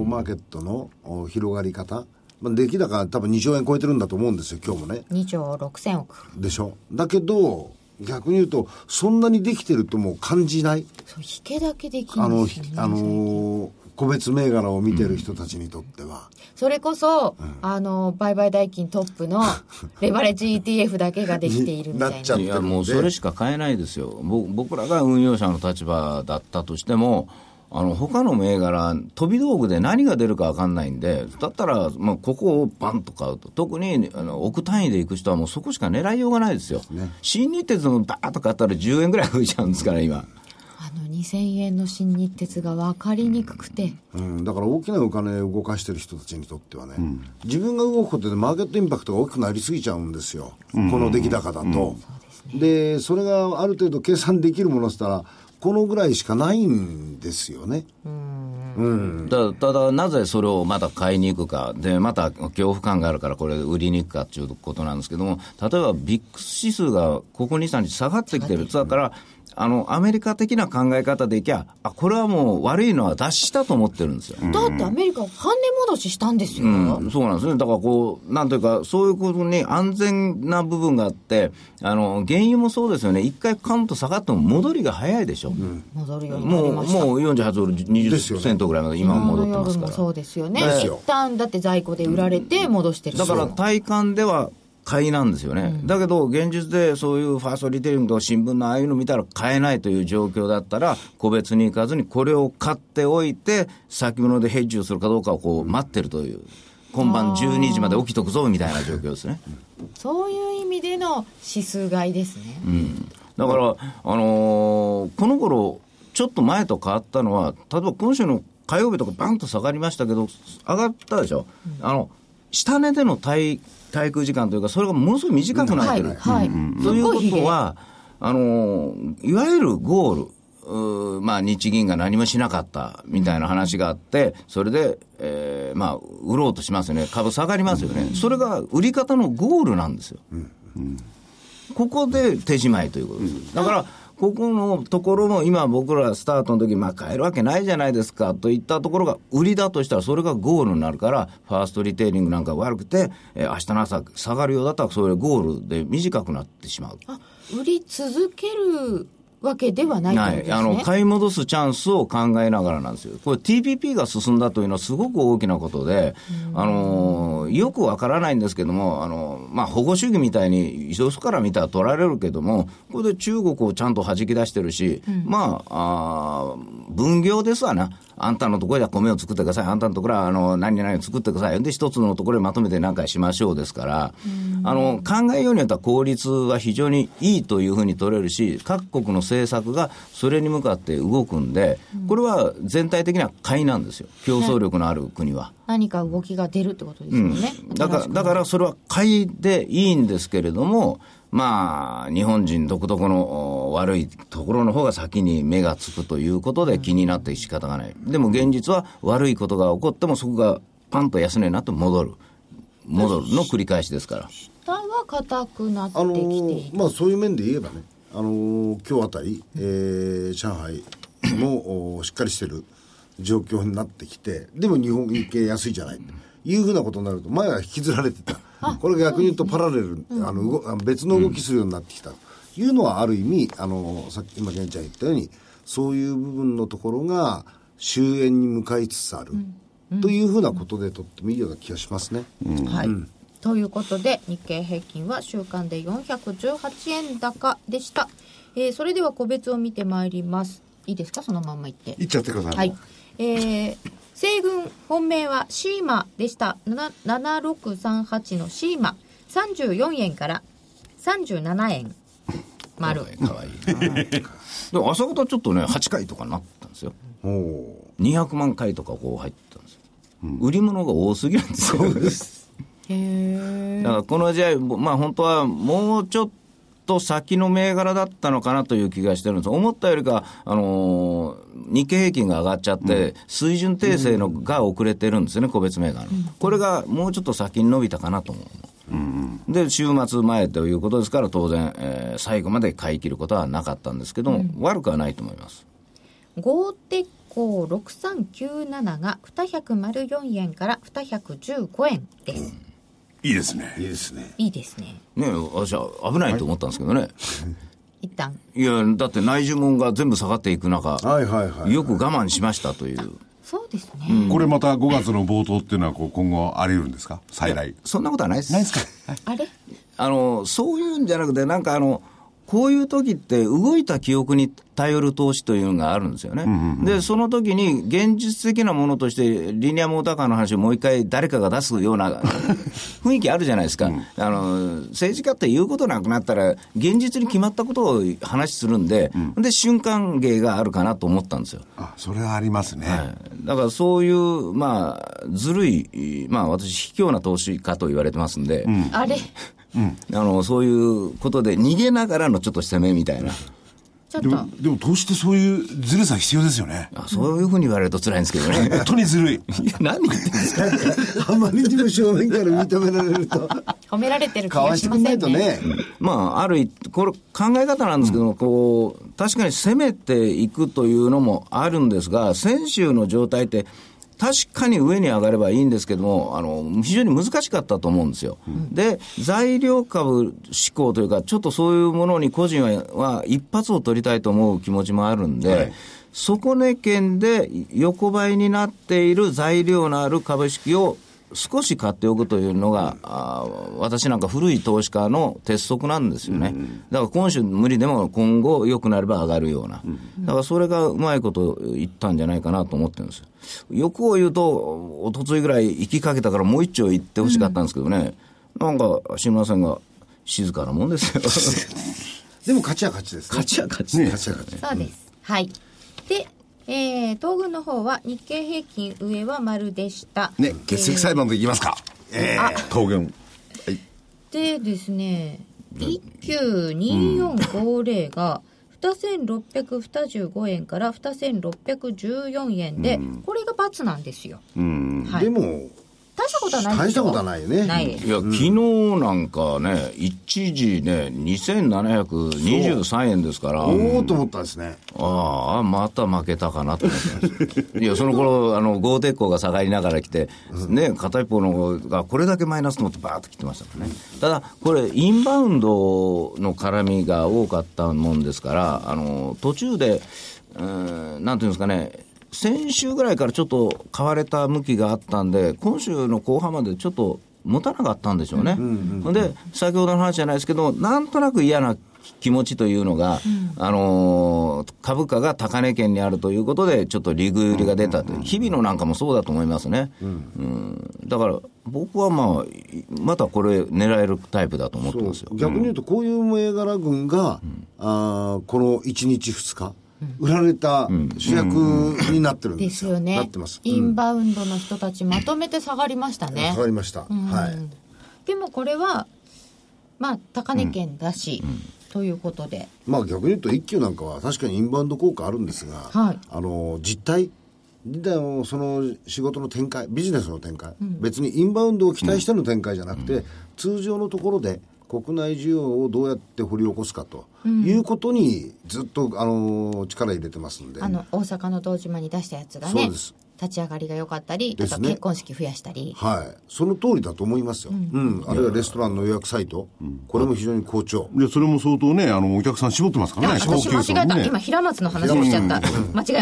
Speaker 5: おマーケットのお広がり方、まあ、出来高多分2兆円超えてるんだと思うんですよ今日もね
Speaker 4: 2兆6000億
Speaker 5: でしょだけど逆に言うとそんなにできてるともう感じない
Speaker 4: そう引けだけできる
Speaker 5: あ
Speaker 4: ん
Speaker 5: の、
Speaker 4: です
Speaker 5: ひ
Speaker 4: よね
Speaker 5: あのー個別銘柄を見てる人たちにとっては、
Speaker 4: それこそ、あの売買代金トップ
Speaker 7: <laughs>
Speaker 4: のレバレッジ ETF だけができているみたいな
Speaker 5: なっちゃう
Speaker 7: いやもうそれしか買えないですよ、ぼ僕らが運用者の立場だったとしても、あの他の銘柄、飛び道具で何が出るか分かんないんで、だったら、まあ、ここをバンと買うと、特にあの億単位でいく人は、もうそこしか狙いようがないですよ、新日鉄のバーッと買ったら10円ぐらい増えちゃうんですから、今。
Speaker 4: あの2000円の新日鉄が分かりにくくて、
Speaker 5: うん、だから大きなお金を動かしてる人たちにとってはね、自分が動くことでマーケットインパクトが大きくなりすぎちゃうんですよ、この出来高だと、でそれがある程度計算できるものしたらこのぐらいしかないんですよね、
Speaker 7: だただ、なぜそれをまだ買いに行くか、でまた恐怖感があるから、これ、売りに行くかっていうことなんですけども、例えばビックス指数がここ2、3日下がってきてる、だからあの、アメリカ的な考え方でいきゃ、あこれはもう悪いのは脱したと思ってるんですよ。
Speaker 4: だってアメリカ半値戻ししたんですよ、
Speaker 7: うん、そうなんですね。だからこう、なんというか、そういうことに安全な部分があって、あの、原油もそうですよね。一回カウント下がっても戻りが早いでしょ。
Speaker 4: 戻るようにな
Speaker 7: も
Speaker 4: り
Speaker 7: う、
Speaker 4: ました
Speaker 7: もう48ドル
Speaker 5: ですよ
Speaker 7: 20
Speaker 5: ね
Speaker 7: セントぐらいまで今は戻ってますか
Speaker 4: も
Speaker 7: ら。
Speaker 4: そうですよね
Speaker 5: です
Speaker 4: 一
Speaker 5: よ
Speaker 4: 旦だって在庫で売られて戻してる
Speaker 7: だから体感では買いなんですよね、だけど現実でそういうファーストリテイリングとか新聞のああいうの見たら買えないという状況だったら、個別に行かずに、これを買っておいて、先物でヘッジをするかどうかをこう待ってるという、今晩12時まで起きとくぞみたいな状況ですね。
Speaker 4: そういう意味での指数買いですね、
Speaker 7: だから、あのーこの頃ちょっと前と変わったのは、例えば今週の火曜日とか、バンと下がりましたけど、上がったでしょ、あの下値での滞滞空時間というか、それがものすごい短くなっ
Speaker 4: は
Speaker 7: て
Speaker 4: い
Speaker 7: る。
Speaker 4: はい、
Speaker 7: というこ
Speaker 4: すっごひ
Speaker 7: と
Speaker 4: げ
Speaker 7: は、あの、いわゆるゴール、うーまあ、日銀が何もしなかったみたいな話があって、それで、えーまあ、売ろうとしますよね、株下がりますよね、それが売り方のゴールなんですよ。ここで手仕まいということです。だから、ここのところも今僕らスタートの時、まあ買えるわけないじゃないですかといったところが売りだとしたらそれがゴールになるから、ファーストリテイリングなんか悪くて、えー明日の朝下がるようだったらそれゴールで短くなってしまう。
Speaker 4: あ売り続けるわけではないってことですね、
Speaker 7: あの、買い戻すチャンスを考えながらなんですよ。これ TPP が進んだというのはすごく大きなことで、あのー、よくわからないんですけども、あのー、まあ、保護主義みたいに、よそから見たら取られるけども、これで中国をちゃんと弾き出してるし、まあ、あー分業ですわな。あんたのところでは米を作ってください。あんたのところは、あの、何々を作ってください。で、一つのところでまとめて何かしましょうですから、あの、考えようによっては効率は非常にいいというふうに取れるし、各国の政策がそれに向かって動くんで、これは全体的には買いなんですよ。競争力のある国は。
Speaker 4: 何か動きが出るってことですよね、
Speaker 7: だから、だからそれは買いでいいんですけれども、まあ、日本人独特のお悪いところの方が先に目がつくということで気になって仕方がない。でも現実は悪いことが起こってもそこがパンと安値になって戻る。戻るの繰り返しですから。
Speaker 4: 下は硬くなって
Speaker 5: あの
Speaker 4: きている
Speaker 5: ーまあそういう面で言えばね、あのー今日あたり、えー上海もおしっかりしてる状況になってきて、でも日本日経安いじゃない。いうふうなことになると、前は引きずられてた。これ逆に言うとパラレル、あの動あの別の動きするようになってきたというのはある意味、あのーさっき今現ちゃん言ったように、そういう部分のところが終焉に向かいつつある。というふうなことでとってもいいような気がしますね。
Speaker 4: はい、ということで日経平均は週間で418円高でした、えーそれでは個別を見てまいりますいいですかそのまんま言って
Speaker 6: いっちゃってください。
Speaker 4: はい、えー西軍本命はシーマでしたな7638のシーマ34円から37円丸
Speaker 7: かわいいな。 <laughs> でも朝方ちょっとね、8回とかなったんですよ。
Speaker 5: おおー
Speaker 7: 200万回とかこう入ってたんですよ。売り物が多すぎるんですよ。
Speaker 4: へえ
Speaker 7: だからこの試合、まあ、本当はもうちょっと先の銘柄だったのかなという気がしてるんです、思ったよりか、あのー日経平均が上がっちゃって、水準訂正のが遅れてるんですよね、個別銘柄の、これがもうちょっと先に伸びたかなと思う。で週末前ということですから、当然、えー最後まで買い切ることはなかったんですけども、悪くはないと思います。
Speaker 4: 合鉄鋼6397が204円から215円です、
Speaker 6: いいですね。
Speaker 5: いいですね。
Speaker 4: いいですね
Speaker 7: ねえ私は危ないと思ったんですけどね、
Speaker 4: 一旦
Speaker 7: い、や、だって内需門が全部下がっていく中、
Speaker 5: はいはいはい。
Speaker 7: よく我慢しましたという。
Speaker 4: そうですね、
Speaker 6: これまた5月の冒頭っていうのはこう今後あり得るんですか再来。
Speaker 7: そんなことはないです。
Speaker 6: ないですか
Speaker 4: あれ
Speaker 7: あの、そういうんじゃなくて、なんかあの、こういう時って動いた記憶に頼る投資というのがあるんですよね。で、その時に現実的なものとして、リニアモーターカーの話をもう一回誰かが出すような雰囲気あるじゃないですか。あの、政治家って言うことなくなったら、現実に決まったことを話するんで、で、瞬間芸があるかなと思ったんですよ。
Speaker 6: あ、それはありますね。
Speaker 7: はいだからそういう、まあ、ずるい、まあ私、卑怯な投資家と言われてますんで、
Speaker 4: あれ
Speaker 7: あの、そういうことで逃げながらのちょっと攻めみたいな。
Speaker 4: ちょっ
Speaker 6: で
Speaker 4: と
Speaker 6: も、でも投資ってそういうずるさ必要ですよね。
Speaker 7: あそういうふうに言われると辛いんですけどね。
Speaker 6: 本当にずるい。
Speaker 7: <laughs> いや、何言ってんですか。
Speaker 5: あまりにも正面から認められると、
Speaker 4: 褒められてる気
Speaker 5: かわ
Speaker 4: が
Speaker 5: して
Speaker 4: し
Speaker 5: く
Speaker 4: ま
Speaker 5: んな
Speaker 4: せ
Speaker 5: い
Speaker 4: ん
Speaker 5: と
Speaker 4: ね
Speaker 5: ね。
Speaker 7: まあ、ある一これ、考え方なんですけども、こう、確かに攻めていくというのもあるんですが、先週の状態って、確かに上に上がればいいんですけども、あの、非常に難しかったと思うんですよ。で、材料株志向というか、ちょっとそういうものに個人はは一発を取りたいと思う気持ちもあるんで、底値圏で横ばいになっている材料のある株式を少し買っておくというのが、あー私なんか古い投資家の鉄則なんですよね、だから今週無理でも今後良くなれば上がるような、だからそれがうまいこと言ったんじゃないかなと思ってるんですよ。欲を言うと、おとついぐらい行きかけたからもう一丁行ってほしかったんですけどね、なんか志村さんが静かなもんです <laughs> よ。
Speaker 5: でも勝ちは勝ちですね。
Speaker 7: 勝ちは勝ち
Speaker 5: ね勝ちは勝ち。
Speaker 1: そうです。はい。で、えー、東軍の方は日経平均上は丸でした。
Speaker 9: ね、血石裁判でいきますか。ええ東軍。はい。
Speaker 1: でですね、192450が、2625円から2614円で、これが罰なんですよ。はい
Speaker 5: でも、
Speaker 1: 大したことはないですよ
Speaker 5: 大したことはないよね。
Speaker 1: ないです
Speaker 7: いや、昨日なんかね、一時ね、2723円ですから、
Speaker 5: おおと思ったんですね。
Speaker 7: ああ、また負けたかなと思ってます。いや、その頃、あの、豪鉄鋼が下がりながら来て、ね、片一方のがこれだけマイナスと思ってバーッと来てましたからね。ただ、これ、インバウンドの絡みが多かったもんですから、あの、途中で、うーんなんていうんですかね、先週ぐらいからちょっと買われた向きがあったんで、今週の後半までちょっと持たなかったんでしょうね。で、先ほどの話じゃないですけど、なんとなく嫌な気持ちというのが、あのー株価が高値圏にあるということで、ちょっと利食い売りが出たと、日々のなんかもそうだと思いますね。うんだから、僕はまあ、いまたこれ、狙えるタイプだと思ってますよ。
Speaker 5: 逆に言うと、こういう銘柄群が、あーこの1日2日、売られた主役になってるん
Speaker 4: で
Speaker 5: ですす
Speaker 4: よ
Speaker 5: よ。
Speaker 4: ね
Speaker 5: なってます。
Speaker 4: インバウンドの人たちまとめて下がりましたね
Speaker 5: わかりました。はい。
Speaker 4: でもこれはまあ高値圏だし、ということで
Speaker 5: まあ逆に言うと、一級なんかは確かにインバウンド効果あるんですが、
Speaker 4: はい
Speaker 5: あの実態、実態のその仕事の展開、ビジネスの展開、別にインバウンドを期待しての展開じゃなくて、通常のところで、国内需要をどうやって掘り起こすかということに、ずっと、あの力入れてますんで、
Speaker 4: あの大阪の堂島に出したやつが
Speaker 5: そ
Speaker 4: ね
Speaker 5: うで
Speaker 4: 立
Speaker 5: す
Speaker 4: ち上がりが良かったり、
Speaker 5: で
Speaker 4: あ
Speaker 5: す
Speaker 4: と
Speaker 5: ね
Speaker 4: 結婚式増やしたり、
Speaker 5: はい、その通りだと思いますよ、うんあるいはレストランの予約サイト、これも非常に好調、
Speaker 6: で、それも相当ね、あの、お客さん絞ってますからね、
Speaker 4: 私間
Speaker 6: 高級層
Speaker 4: 違えた、
Speaker 6: ね
Speaker 4: 今平松の話をしちゃった、 <laughs> 間違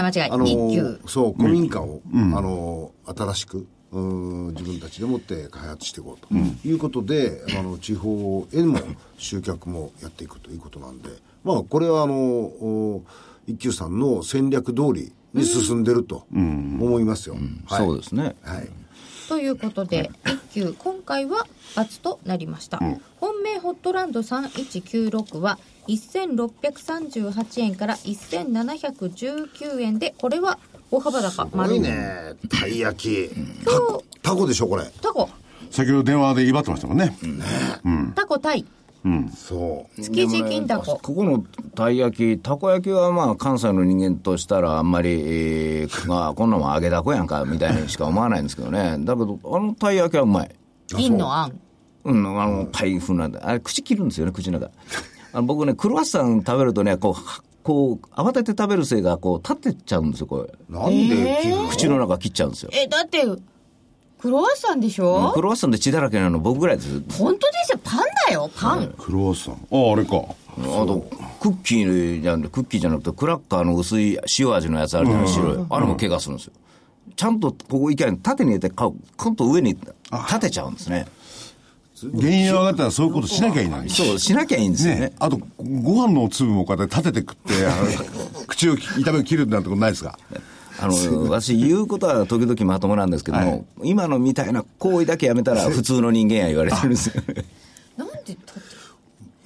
Speaker 4: い間違い、
Speaker 5: あの
Speaker 4: 日給
Speaker 5: そう古民家を、あの新しくうん自分たちでもって開発していこうということで、あの地方へも集客もやっていくということなんでまあこれはあのお一休さんの戦略通りに進んでると思いますよ、はい、
Speaker 7: そうですね。
Speaker 5: はい、
Speaker 1: ということで、一級、今回は×となりました。本命ホットランド3196は、1638円から1719円で、これは大幅高、
Speaker 5: すご
Speaker 1: 丸
Speaker 5: い。ねたい焼きタ
Speaker 1: 今
Speaker 5: コタコでしょこれ
Speaker 1: タコ、
Speaker 6: 先ほど電話で威張ってましたもんね。
Speaker 1: タコ対
Speaker 5: そう
Speaker 1: 築地銀だこ。
Speaker 7: ここのたい焼き、たこ焼きはまあ関西の人間としたらあんまり、えーまあ、こんなもん揚げだこやんかみたいにしか思わないんですけどね。だけど、あのたい焼きはうまい。
Speaker 4: 銀の案
Speaker 7: うん、あの、パイ風なんで、あれ、口切るんですよね、口の <laughs> 中。あの僕ね、クロワッサン食べるとね、こうは、こう、慌てて食べるせいが、こう、立てちゃうんですよ、これ。
Speaker 5: なんで切る
Speaker 7: 口の中切っちゃうんですよ。
Speaker 4: えだってクロワッサンでしょ、
Speaker 7: クロワッサンで血だらけなの僕ぐらいです。
Speaker 4: 本当ですよパンだよパン、
Speaker 6: クロワッサン。ああ、あれか。
Speaker 7: あと、クッキーじゃなくて、クッキーじゃなくて、クラッカーの薄い塩味のやつあるじゃない、白い。あれも怪我するんですよ。ちゃんと、ここ、いかに縦に入れて、かコンと上に立てちゃうんですね。
Speaker 6: 原油上がったらそういうことしなきゃいない。
Speaker 7: そう、しなきゃいいんですよね
Speaker 6: ね。あと、ご飯の粒もこうやって立てて食って、あの口をき痛めを切るなんてことないですか <laughs>
Speaker 7: あの、私言うことは時々まともなんですけども、今のみたいな行為だけやめたら普通の人間や言われてるんですよね。
Speaker 4: なんでだって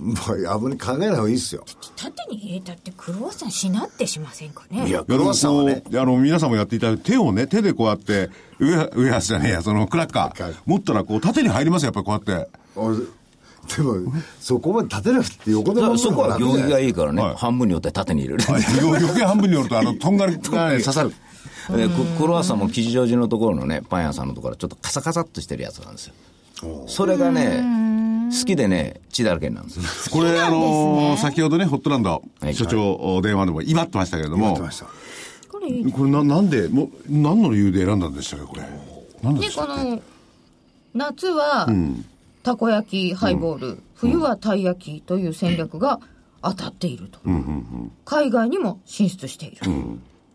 Speaker 5: もう危に考えない方がいいですよ
Speaker 4: 縦に入れたってクロワッサンしなってしませんかね
Speaker 5: いや
Speaker 6: いや
Speaker 5: クロワッサンは
Speaker 6: でも
Speaker 5: ね
Speaker 6: こうあの、皆さんもやっていただいて、手をね、手でこうやって、上、上足じゃねえや、そのクラッカ
Speaker 5: ラッ
Speaker 6: ー
Speaker 5: カー。
Speaker 6: 持ったら、こう、縦に入りますよ、やっぱりこうやって。
Speaker 5: あでも、そこまで立てなくて横で
Speaker 7: だか
Speaker 5: も
Speaker 7: らそこは行儀がい
Speaker 5: い。
Speaker 7: いからね、
Speaker 6: はい
Speaker 7: 半分によって縦に入れる。
Speaker 6: 余計半分に折ると、あの、とんがりがね刺さ
Speaker 7: <laughs>
Speaker 6: る。
Speaker 7: えーこクロワッサンも吉祥寺のところのね、パン屋さんのところはちょっとカサカサっとしてるやつなんですよ。それがね、好きでね、血だらけになるんですよ。
Speaker 6: これ、あのー、先ほどね、ホットランド
Speaker 7: はい
Speaker 6: 所長、お電話でも威張ってましたけれど
Speaker 5: 待
Speaker 6: も
Speaker 5: って、ました。
Speaker 6: これな、なんで、もう、何の理由で選んだんでしたか、これ。なんで
Speaker 4: で
Speaker 6: でした
Speaker 4: こ
Speaker 6: っけ
Speaker 4: の夏はたこ焼きハイボール、冬はたい焼きという戦略が当たっていると、海外にも進出している、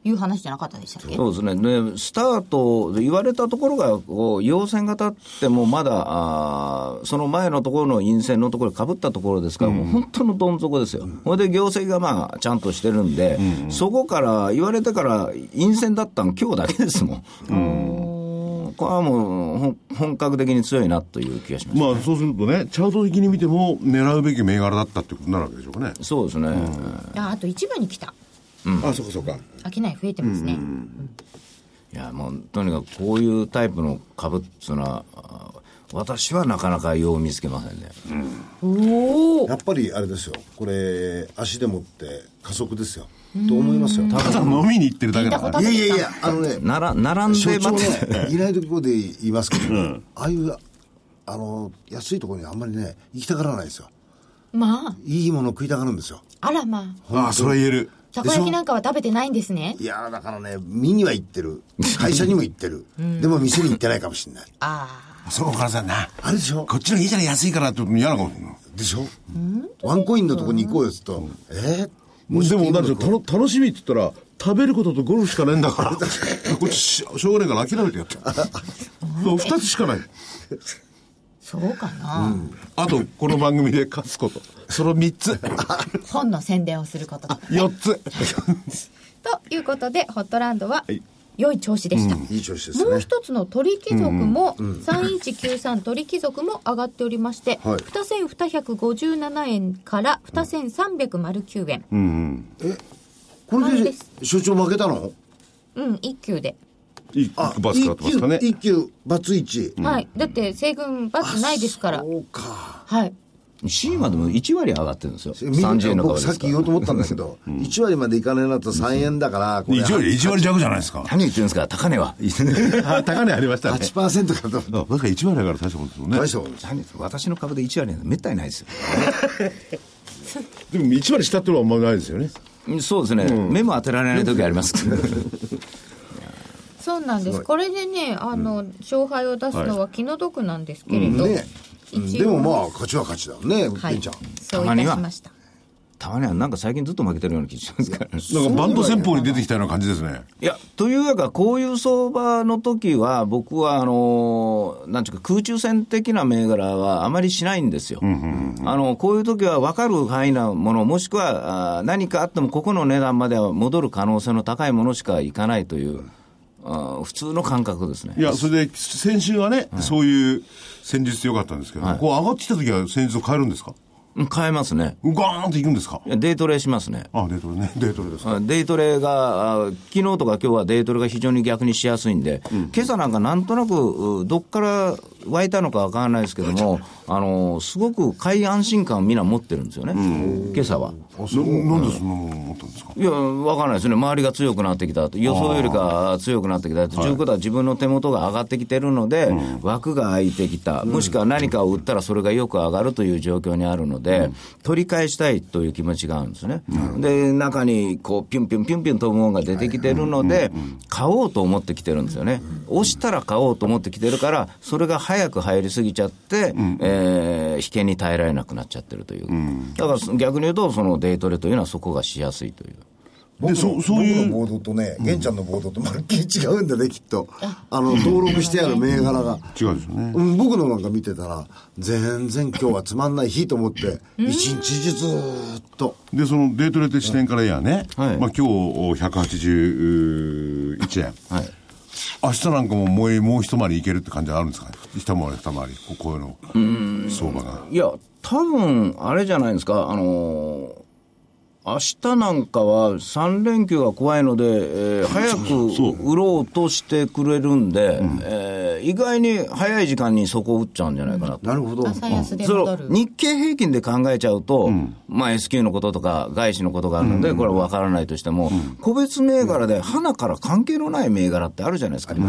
Speaker 4: いう話じゃなかったでしたっけ
Speaker 7: そうですね、でスタート、言われたところがこう陽線が立っても、まだあーその前のところの陰線のところ、かぶったところですから、もう本当のどん底ですよ、それで業績がまあちゃんとしてるんで、そこから、言われてから陰線だったの、今日だけですもん。これはもうほん本格的に強いなという気がします、
Speaker 6: まあそうするとね、チャート的に見ても狙うべき銘柄だったってことになるわけでしょうかね。
Speaker 7: そうですね、
Speaker 4: ああと一部に来た
Speaker 9: あ、そうかそうか。
Speaker 4: 商い増えてますね、
Speaker 7: いやもうとにかくこういうタイプの株っていうのは、あー私はなかなかよう見つけませんね。
Speaker 4: おお
Speaker 5: やっぱりあれですよこれ足でもって加速ですよと思いますよ
Speaker 6: ただ飲みに行ってるだけだから
Speaker 5: いやいやいやあのね
Speaker 7: なら並ん
Speaker 5: 所
Speaker 7: で
Speaker 5: 長
Speaker 7: 待
Speaker 5: ね
Speaker 7: ってて、
Speaker 5: いないところで言いますけど、ああいうあの安いところにあんまりね行きたがらないですよ
Speaker 4: まあ
Speaker 5: いいもの食いたがるんですよ
Speaker 4: あらまあ
Speaker 6: ああ、それは言える。
Speaker 4: たこ焼きなんかは食べてないんですね
Speaker 5: いやーだからね見には行ってる会社にも行ってる、でも店に行ってないかもしれない
Speaker 4: あ
Speaker 6: そうか、お母さんな。
Speaker 5: あれでしょ
Speaker 6: こっちのいいじゃない安いからって嫌なかもしれない。
Speaker 5: でしょワンコインのとこに行こうよっつうと、えー
Speaker 6: でも、だってたの楽しみって言ったら、食べることとゴルフしかないんだから。こっちし、しょうがないから諦めてやってる。そう二つしかない。
Speaker 4: あそうかな、
Speaker 6: あと、この番組で勝つこと。その三つ。
Speaker 4: 本の宣伝をすることと
Speaker 6: 四つ。
Speaker 1: ということでホットランドは
Speaker 4: 良い調子でした、
Speaker 5: いい調子です
Speaker 4: もう
Speaker 5: ね
Speaker 4: 一つの鳥貴族も、3193鳥貴族も上がっておりまして、
Speaker 5: はい
Speaker 4: 2257円から2309円、
Speaker 5: こ
Speaker 4: あれ
Speaker 5: れ
Speaker 4: で
Speaker 5: です所長負けたの
Speaker 4: うん、一級で。
Speaker 6: 一個バス買ってますかね。
Speaker 5: 一級バツ一
Speaker 4: はい。だって、西軍罰ないですから。
Speaker 5: そうか
Speaker 4: はい。
Speaker 7: シーマでも1割上がってるん <laughs> ですよ、
Speaker 5: 見
Speaker 7: 30円の株
Speaker 5: 僕
Speaker 7: で
Speaker 5: さっ
Speaker 7: す
Speaker 5: き
Speaker 7: か
Speaker 5: 言
Speaker 7: ら
Speaker 5: おうと思ったんだけ
Speaker 6: <laughs>
Speaker 5: ど、1割までいかないなと3円だからこれ
Speaker 6: 一割、一割弱じゃないですか。
Speaker 7: 何言ってるんですか、高値は。 <laughs>
Speaker 6: あ高値ありましたね。
Speaker 5: 8%からと思った
Speaker 6: あ確か一割だから大したことですもんね。
Speaker 5: 大したことです
Speaker 7: 何私の株で1割なんてめったにないですよ。
Speaker 6: でも一割したってのはあんまりないですよね。
Speaker 7: そうですね、目も当てられない時ありますけど
Speaker 4: そうなんです。これでね、あの、勝敗を出すのは気の毒なんですけれど。
Speaker 5: ねうん
Speaker 4: 一応
Speaker 5: でもまあ勝ちは勝ちだよね
Speaker 4: は
Speaker 5: ベ
Speaker 4: い
Speaker 5: ンちゃん。
Speaker 4: そういたしました。
Speaker 7: <laughs> たまにはなんか最近ずっと負けてるような気がしますから。
Speaker 6: なんかバンド戦法に出てきたような感じですね。
Speaker 7: いや、というか、こういう相場の時は、僕は、あの、なんていうか、空中戦的な銘柄はあまりしないんですよ。あの、こういう時は分かる範囲なもの、もしくは、あー何かあっても、ここの値段までは戻る可能性の高いものしかいかないという、あー普通の感覚ですね。
Speaker 6: いや、それで先週はね、そういう戦術でよかったんですけど、こう上がってきた時は戦術を変えるんですか
Speaker 7: うん買えますね。
Speaker 6: ガーンといくんですか
Speaker 7: いやデイトレしますね。
Speaker 6: あ、デートレね。 <laughs> デートレです。
Speaker 7: あデイトレが、あ昨日とか今日はデイトレが非常に逆にしやすいんで、今朝なんかなんとなく、うどっから湧いたのかわからないですけども、あのすごく買い安心感をみんな持ってるんですよね、今朝は。
Speaker 6: ななんでそんなもの持ったんですか
Speaker 7: いや、わからないですね、周りが強くなってきたと、予想よりか強くなってきたと、ということは自分の手元が上がってきてるので、枠が空いてきた、もしくは何かを売ったらそれがよく上がるという状況にあるので、取り返したいという気持ちがあるんですね。で、中にこうピュンピュンピュンピュン飛ぶものが出てきてるので、買おうと思ってきてるんですよね、押したら買おうと思ってきてるから、それが早く入りすぎちゃって、えー引けに耐えられなくなっちゃってるという、だから逆に言うと、そのデイトレというのはそこがしやすいという。
Speaker 5: 僕の
Speaker 6: そうそういう
Speaker 5: 僕のボードとね玄ちゃんのボードとまるっきり違うんだねきっとあの登録してある銘柄が
Speaker 6: 違うですよね。
Speaker 5: うん僕のなんか見てたら全然今日はつまんない日と思って一日中ずーっと
Speaker 6: で、そのデートレって視点からやね、
Speaker 7: はい
Speaker 6: まあ今日181円。
Speaker 7: はい
Speaker 6: 明日なんかももうもう一回りいけるって感じはあるんですかね一回り二回り、ここういうの相場が。
Speaker 7: いや、多分あれじゃないですか、あのー明日なんかは3連休が怖いので、えー早く売ろうとしてくれるんで、えー意外に早い時間にそこを打っちゃうんじゃないかなと。
Speaker 5: なるほど
Speaker 4: 朝安で
Speaker 7: それ
Speaker 4: 戻
Speaker 7: を
Speaker 4: る。
Speaker 7: 日経平均で考えちゃうと、まあ、S q のこととか、外資のことがあるので、これは分からないとしても、個別銘柄で、花から関係のない銘柄ってあるじゃないですか、だか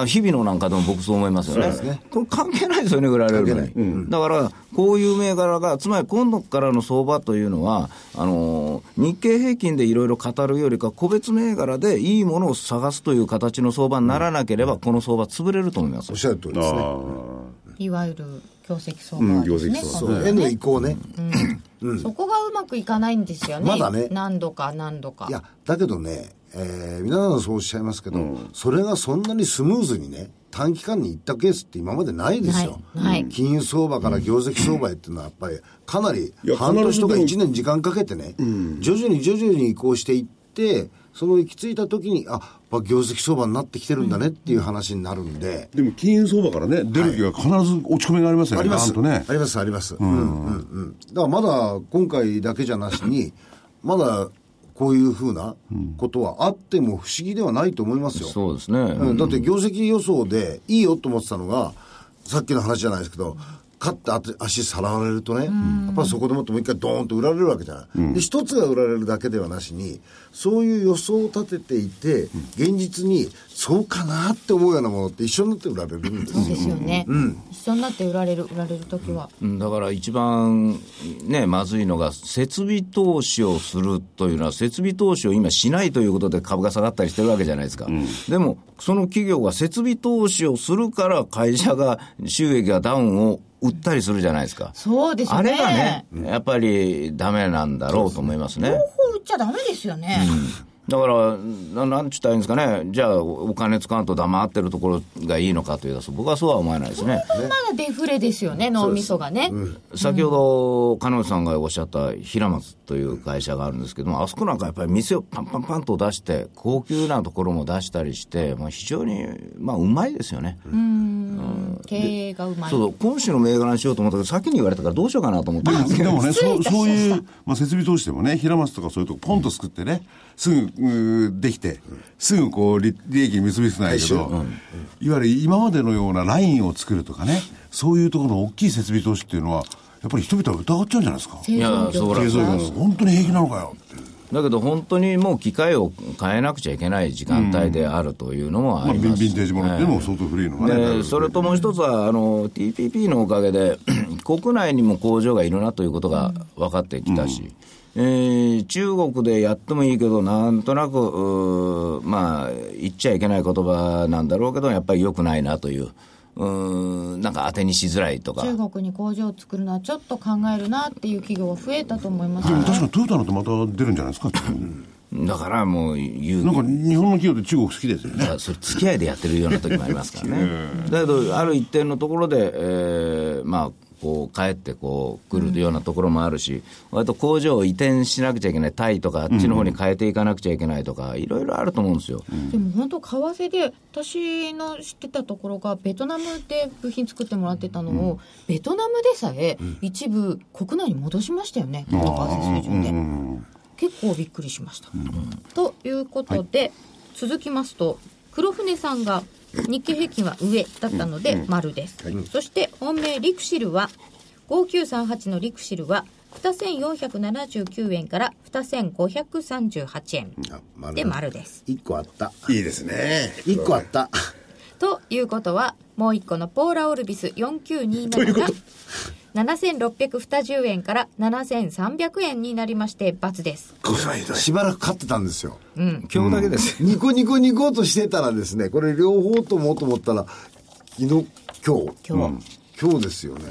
Speaker 7: ら日々のなんかでも僕、そう思いますよね、これ、関係ないですよね、売られるのに。だから、こういう銘柄が、つまり今度からの相場というのは、あのー日経平均でいろいろ語るよりか、個別銘柄でいいものを探すという形の相場にならなければ、この相場、潰れると思います
Speaker 5: おっ。しゃる通りですね
Speaker 4: いわゆる業績相場
Speaker 9: うん業
Speaker 4: です
Speaker 9: 績
Speaker 4: ね。
Speaker 9: 相場
Speaker 4: こ
Speaker 5: そ
Speaker 4: の
Speaker 5: う絵の移行ね
Speaker 4: そこがうまくいかないんですよね。
Speaker 5: まだね
Speaker 4: 何度か何度か。
Speaker 5: いやだけどねえー皆さんそうおっしゃいますけど、それがそんなにスムーズにね、短期間にいったケースって今までないですよ。
Speaker 4: ないない
Speaker 5: 金融相場から業績相場へっていうのはやっぱりかなり
Speaker 6: いや
Speaker 5: 半年とか
Speaker 6: 必ずでも
Speaker 5: 1年時間かけてね、徐々に徐々に移行していって、その行き着いた時に、あ、やっぱ業績相場になってきてるんだねっていう話になるんで、
Speaker 6: でも金融相場からね、出る気が必ず落ち込みがありますよね、
Speaker 5: ありま
Speaker 6: な
Speaker 5: す。
Speaker 6: んとね
Speaker 5: あ。ります、あります。うんうんうん。だからまだ今回だけじゃなしに、まだこういうふうなことはあっても不思議ではないと思いますよ。
Speaker 7: そうですね。
Speaker 5: うん、だって業績予想でいいよと思ってたのが、さっきの話じゃないですけど、勝ってあて足さらわれるとね、やっぱりそこでもってもう一回ドーンと売られるわけじゃない、で、一つが売られるだけではなしに、そういう予想を立てていて、現実にそうかなって思うようなものって一緒になって売られるんですよ。
Speaker 4: ですよね、一緒になって売られる売られる時は、
Speaker 7: うんだから一番ね、まずいのが、設備投資をするというのは、設備投資を今しないということで株が下がったりしてるわけじゃないですか。でも、その企業が設備投資をするから、会社が収益がダウンを売ったりするじゃないですか。
Speaker 4: そうですね
Speaker 7: あれがね、やっぱりダメなんだろうと思いますね。
Speaker 10: こう売っちゃダメですよね。
Speaker 7: だから、ななんちゅったらいいんですかね、じゃあ、おお金使うと黙ってるところがいいのかというと、僕はそうは思えないですね。
Speaker 4: まだデフレですよね脳みそがね
Speaker 7: 先ほど、彼女さんがおっしゃった平松という会社があるんですけども、あそこなんかやっぱり店をパンパンパンと出して、高級なところも出したりして、まあ、非常に、まあ、うまいですよね。
Speaker 4: 経営がうまい
Speaker 7: そう、今週の銘柄にしようと思ったけど、先に言われたからどうしようかなと思ってたんですけ
Speaker 6: で
Speaker 7: ど。
Speaker 6: もね、そうそういう、まあ、設備投資でもね、平松とかそういうとこポンと作ってね、すぐうーできて、すぐこう利利益に結びつかないけど、いわゆる今までのようなラインを作るとかね、そういうところの大きい設備投資っていうのは、やっぱり人々は疑っちゃうんじゃないですか。
Speaker 7: いや、そうら
Speaker 6: 経済が本当に平気なのかよって。
Speaker 7: だけど本当にもう機械を変えなくちゃいけない時間帯であるというのもあ
Speaker 6: まあ、
Speaker 7: り
Speaker 6: ビン
Speaker 7: ます。
Speaker 6: ビンテージものっていうのも相当古いのがね。だいぶ
Speaker 7: でそれともう一つは、あの TPP のおかげで、 <clears throat> 国内にも工場がいるなということが分かってきたし、えー中国でやってもいいけど、なんとなく、うーまあ、言っちゃいけない言葉なんだろうけど、やっぱり良くないなという、うーんなんか当てにしづらいとか。
Speaker 4: 中国に工場を作るのはちょっと考えるなっていう企業が増えたと思います
Speaker 6: で
Speaker 4: よ
Speaker 6: も
Speaker 4: ね
Speaker 6: 確かにトヨタなんてまた出るんじゃないですか。
Speaker 7: だからもう言う
Speaker 6: なんか日本の企業で中国好きですよね。
Speaker 7: まあそれ付き合いでやってるような時もありますからね。だけど、ある一定のところで、えーまあ、こう帰ってこう来るようなところもあるし、割と工場を移転しなくちゃいけない、タイとかあっちの方に変えていかなくちゃいけないとか、いろいろあると思うんですよ。
Speaker 4: でも本当為替で私の知ってたところがベトナムで部品作ってもらってたのを、ベトナムでさえ一部国内に戻しましたよね、高橋水準で、結構びっくりしました、
Speaker 1: ということで、続きますと黒船さんが日経平均は上だったので丸です、そして本命リクシルは5938のリクシルは2479円から2538円
Speaker 5: あ丸
Speaker 1: で丸です
Speaker 5: 一個あった。
Speaker 9: いいですね。
Speaker 5: 一個あった。
Speaker 1: ということはもう一個のポーラオルビス4927が7620円から7300円になりまして×です
Speaker 5: これしばらく勝ってたんですよ。
Speaker 7: 今日だけです。
Speaker 5: ニコニコニコとしてたらですね、これ両方ともと思ったら、昨日、今日。今日。ですよね。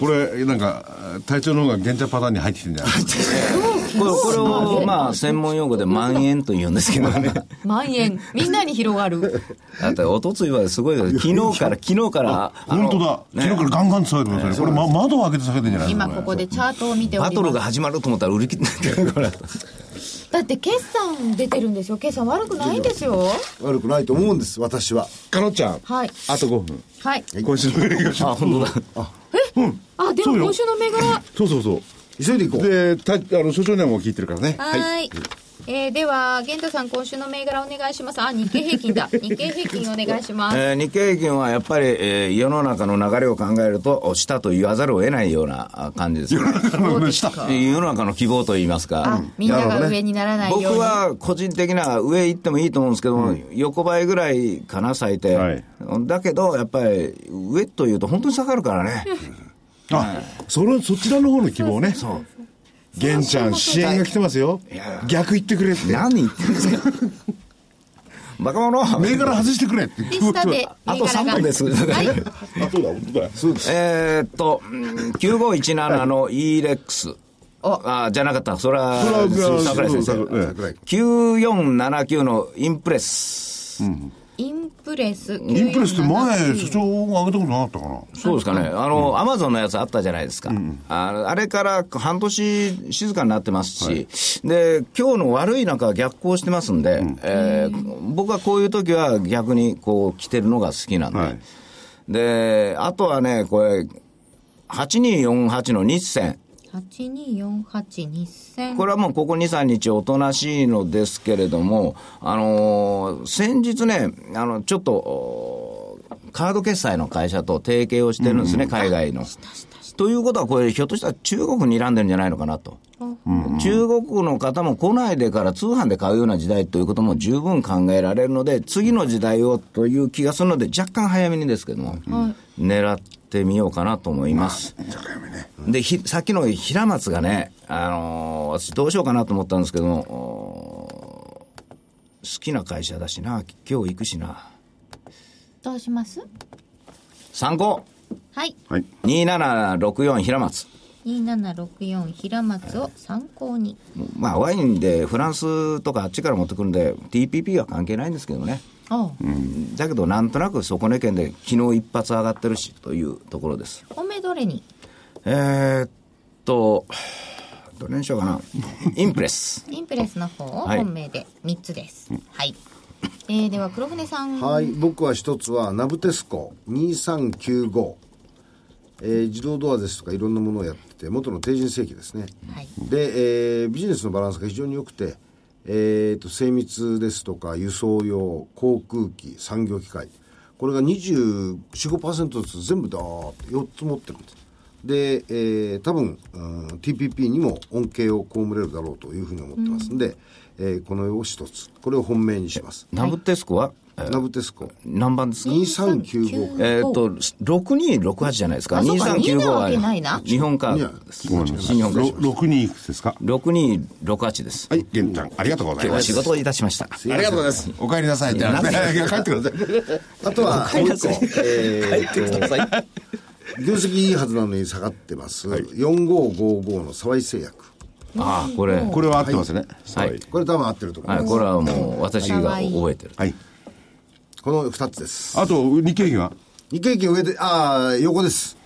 Speaker 6: これ、なんか、体調の方が現茶パターンに入ってきてるんじゃないですか。
Speaker 7: これこれを、まあ、専門用語で蔓延と言うんですけ
Speaker 6: <laughs>
Speaker 7: どね。
Speaker 4: 万円みんなに広がる
Speaker 7: あと、おとついはすごいよ昨日から、昨日から、あの
Speaker 6: 本当だ。
Speaker 7: ね
Speaker 6: 昨日からガンガン下げてくださいね。これ、ま、窓を開けて下げてんじゃないですか。
Speaker 4: 今ここでチャートを見てお
Speaker 7: バ
Speaker 4: り
Speaker 7: トル
Speaker 4: ま
Speaker 7: が
Speaker 4: す
Speaker 7: 始まると思ったら売り切ってるから。
Speaker 4: だって決算出てるんですよ決算悪くないんですよ
Speaker 5: 悪くないと思うんです、私は。
Speaker 9: かのちゃん、
Speaker 4: はい
Speaker 9: あと5分。
Speaker 4: はい
Speaker 9: 今週の銘柄
Speaker 7: あ、本当だ。
Speaker 4: あで
Speaker 6: そう
Speaker 4: も
Speaker 6: よ
Speaker 4: 今週の銘柄
Speaker 9: そうそうそう。
Speaker 5: 急いでいこう。
Speaker 9: で、たあの、所長にはもう聞いてるからね。
Speaker 1: はいえーでは玄太さん今週の銘柄お願いしますあ日経平均だ日経平均お願いします
Speaker 7: えー日経平均はやっぱり、えー世の中の流れを考えると、下と言わざるを得ないようなあ感じですね、世の中の希望といいますか。
Speaker 4: みんなが上にならないように、
Speaker 7: 僕は個人的な上行ってもいいと思うんですけども、横ばいぐらいかな、最低、
Speaker 6: はい
Speaker 7: だけど、やっぱり上というと、本当に下がるからね、
Speaker 9: あ、その、そちらの方の希望ね。そう。玄ちゃん、支援が来てますよ
Speaker 7: や。
Speaker 9: 逆言ってくれって。
Speaker 7: 何言ってるんです
Speaker 6: <laughs>
Speaker 7: か、バカ者、
Speaker 9: 銘柄外してくれって。
Speaker 1: で下で
Speaker 7: あ
Speaker 1: 銘
Speaker 7: と
Speaker 1: 柄
Speaker 7: 3
Speaker 1: が
Speaker 7: 分で
Speaker 9: あ、
Speaker 7: す、
Speaker 9: そうだ、本当だ。
Speaker 7: えーっと、うん9517の e レックス。あじゃなかった。それは、
Speaker 6: それは
Speaker 7: 桜井先
Speaker 6: そう桜井え
Speaker 7: 生
Speaker 6: え。
Speaker 7: 9479のインプレス。
Speaker 1: インプレス。
Speaker 6: インプレスって前、所長が上げたことなかったかな
Speaker 7: そうですかね。あの、アマゾンのやつあったじゃないですか。ああれから半年静かになってますし、で、今日の悪い中は逆行してますんで、えー僕はこういう時は逆にこう着てるのが好きなんで。
Speaker 6: はい
Speaker 7: で、あとはね、これ、8248の日線。
Speaker 1: 8248日線。
Speaker 7: これはもうここ2、3日おとなしいのですけれども、あのー先日ね、あの、ちょっと、おーカード決済の会社と提携をしてるんですね、海外の。ということは、これ、ひょっとしたら中国に睨んでるんじゃないのかなと。中国の方も来ないでから通販で買うような時代ということも十分考えられるので、次の時代をという気がするので、若干早めにですけども、狙ってみようかなと思います。で、ひさっきの平松がね、あのー私どうしようかなと思ったんですけども、おー好きな会社だしな、今日行くしな。
Speaker 4: どうします
Speaker 7: 参考
Speaker 1: はい。
Speaker 6: はい。
Speaker 7: !2764 平松。
Speaker 1: 2764平松を参考に。
Speaker 7: まあ、ワインでフランスとかあっちから持ってくるんで、TPP は関係ないんですけどね。
Speaker 1: お
Speaker 7: だけど、なんとなく底根県で昨日一発上がってるし、というところです。
Speaker 1: おめどれに。
Speaker 7: えーっと、どれにしようかな。インプレス。
Speaker 1: インプレスの方を
Speaker 7: はい
Speaker 1: 本命で3つです。はい。えー、では黒船さん。
Speaker 5: はい、僕は一つは、ナブテスコ2395、えー自動ドアですとかいろんなものをやってて、元の定人正規ですね。
Speaker 1: はい。
Speaker 5: で、えービジネスのバランスが非常に良くて、えーと精密ですとか輸送用航空機産業機械これが245%ずつ全部だーって4つ持ってるんですで、えー多分、うん、TPP にも恩恵を被れるだろうというふうに思ってますんで、えーこの絵を一つこれを本命にします
Speaker 7: ナブテスコは、えー
Speaker 5: ナブテスコ
Speaker 7: 何番ですか
Speaker 5: 2395
Speaker 7: えーっと、6268じゃないですか。
Speaker 4: そうか
Speaker 7: 2395
Speaker 4: 二なわ
Speaker 7: は
Speaker 4: けないな
Speaker 7: 日本か
Speaker 5: いや。
Speaker 6: ごめんなさい。
Speaker 7: 本化。
Speaker 6: 6人いくつですか
Speaker 7: 6268です。
Speaker 6: はい、玄ちゃん、ありがとうござい
Speaker 7: 今日
Speaker 6: ま
Speaker 7: は
Speaker 6: す。
Speaker 7: 仕事をいたしました。
Speaker 6: ありがとうございます。お帰りなさい。じゃあ、帰 <laughs> ってください。
Speaker 5: あとはもう一個、えー
Speaker 7: ください。
Speaker 5: 業績いいはずなのに下がってます、4555の沢井製薬
Speaker 7: ああ、これ。
Speaker 6: これは合ってますね。
Speaker 7: はい。
Speaker 5: これ多分合ってると思い
Speaker 7: は
Speaker 5: ま
Speaker 7: い、
Speaker 5: す、
Speaker 7: これはもう私が覚えてる。
Speaker 6: はい。
Speaker 5: この2つです
Speaker 6: あと、日経平均は
Speaker 5: 日経平均上でああ横です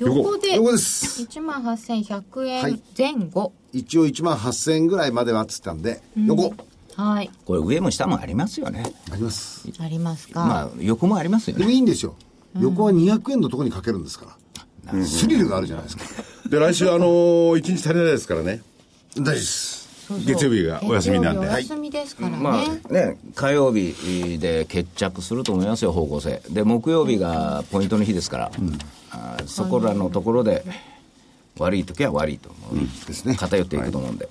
Speaker 1: 横で
Speaker 5: 横です
Speaker 1: 1万8100
Speaker 5: はい
Speaker 1: 円前後。
Speaker 5: 一応1万8000円ぐらいまではっつったんで、横
Speaker 1: はい。
Speaker 7: これ上も下もありますよね。
Speaker 5: あります
Speaker 1: ありますか。
Speaker 7: まあ、横もありますよ
Speaker 5: でも
Speaker 7: ね。
Speaker 5: いいんですよ、横は200円のとこにかけるんですからスリルがあるじゃないですか
Speaker 6: で、来週、あの、一日足りないですからね。
Speaker 5: 大丈夫です
Speaker 1: そうそう
Speaker 6: 月曜日がお休みなんで。
Speaker 1: 月曜日お
Speaker 6: はい
Speaker 1: 休みですからね。
Speaker 7: まあね、火曜日で決着すると思いますよ、方向性。で、木曜日がポイントの日ですから、あーそこらのところで、悪い時は悪いと思う、
Speaker 5: ですね
Speaker 7: 偏っていくと思うんで。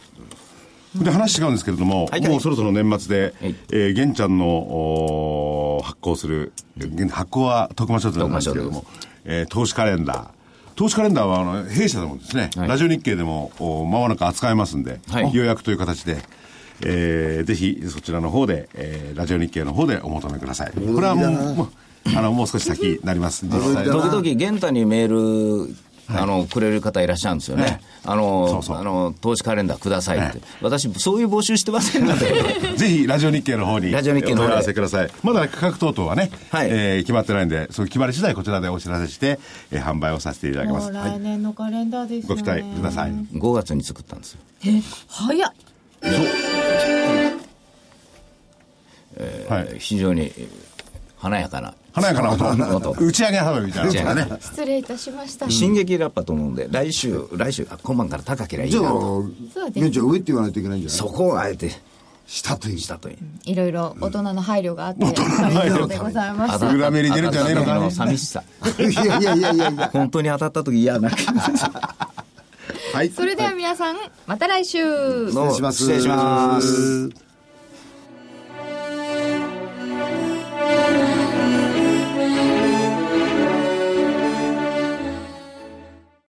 Speaker 6: で、話違うんですけれども、
Speaker 7: はいはい
Speaker 6: もうそろそろ年末で
Speaker 7: はい、
Speaker 6: えー、玄ちゃんの、おー発行する、現発行は徳間書店なんですけれども
Speaker 7: 徳、
Speaker 6: えー、投資カレンダー。投資カレンダーは、あの、弊社でもですね、
Speaker 7: はい
Speaker 6: ラジオ日経でも、おーまもなく扱いますんで、
Speaker 7: はい
Speaker 6: 予約という形で、えー、ぜひ、そちらの方で、えー、ラジオ日経の方でお求めください。これはもう、もうあの、もう少し先になります。実際
Speaker 7: 時々、玄太にメール、あの、くれる方いらっしゃるんですよね。
Speaker 6: ね
Speaker 7: あの、
Speaker 6: そうそう
Speaker 7: あの、投資カレンダーくださいって。
Speaker 6: ね
Speaker 7: 私、そういう募集してませんので。 <laughs>
Speaker 6: <laughs> ぜひラジオ日経の方に
Speaker 7: ラジオ日経の方で
Speaker 6: お問い合わせくださいまだ価格等々はね、
Speaker 7: はい
Speaker 6: えー決まってないんでその決まり次第こちらでお知らせして、えー販売をさせていただきま
Speaker 4: も
Speaker 6: す、
Speaker 4: う
Speaker 6: は
Speaker 4: 来
Speaker 6: い、
Speaker 4: 年のカレンダーです
Speaker 6: ご
Speaker 4: よ
Speaker 6: 期
Speaker 4: ね
Speaker 6: 待ください
Speaker 7: 5月に作ったんですよ。
Speaker 4: 早っ
Speaker 6: はい
Speaker 7: 非常に華やかな。
Speaker 6: 華やかな音
Speaker 7: 音
Speaker 6: 打ち上げ花火みたいな音がね
Speaker 4: 失礼いたしました
Speaker 7: 進撃ラッパと思うんで、来週、来週、あ今晩から高けりゃいい
Speaker 5: じゃ
Speaker 7: な
Speaker 5: あ
Speaker 7: と。
Speaker 5: 現地は上って言わないといけないんじゃ
Speaker 7: そ
Speaker 5: ない
Speaker 7: こをあえて
Speaker 5: 下という
Speaker 7: したという。
Speaker 4: いろいろ大人の配慮があってカレンダーでございまし
Speaker 6: あ
Speaker 4: た
Speaker 6: 裏目に出るんじゃねえのか
Speaker 7: 温め寂しさ。
Speaker 5: <laughs> いやいやいやいやいや
Speaker 7: 本当に当たった時嫌な。
Speaker 6: はい
Speaker 1: それでは皆さん、また来週。
Speaker 7: どうも
Speaker 5: 失礼します
Speaker 7: 失礼します。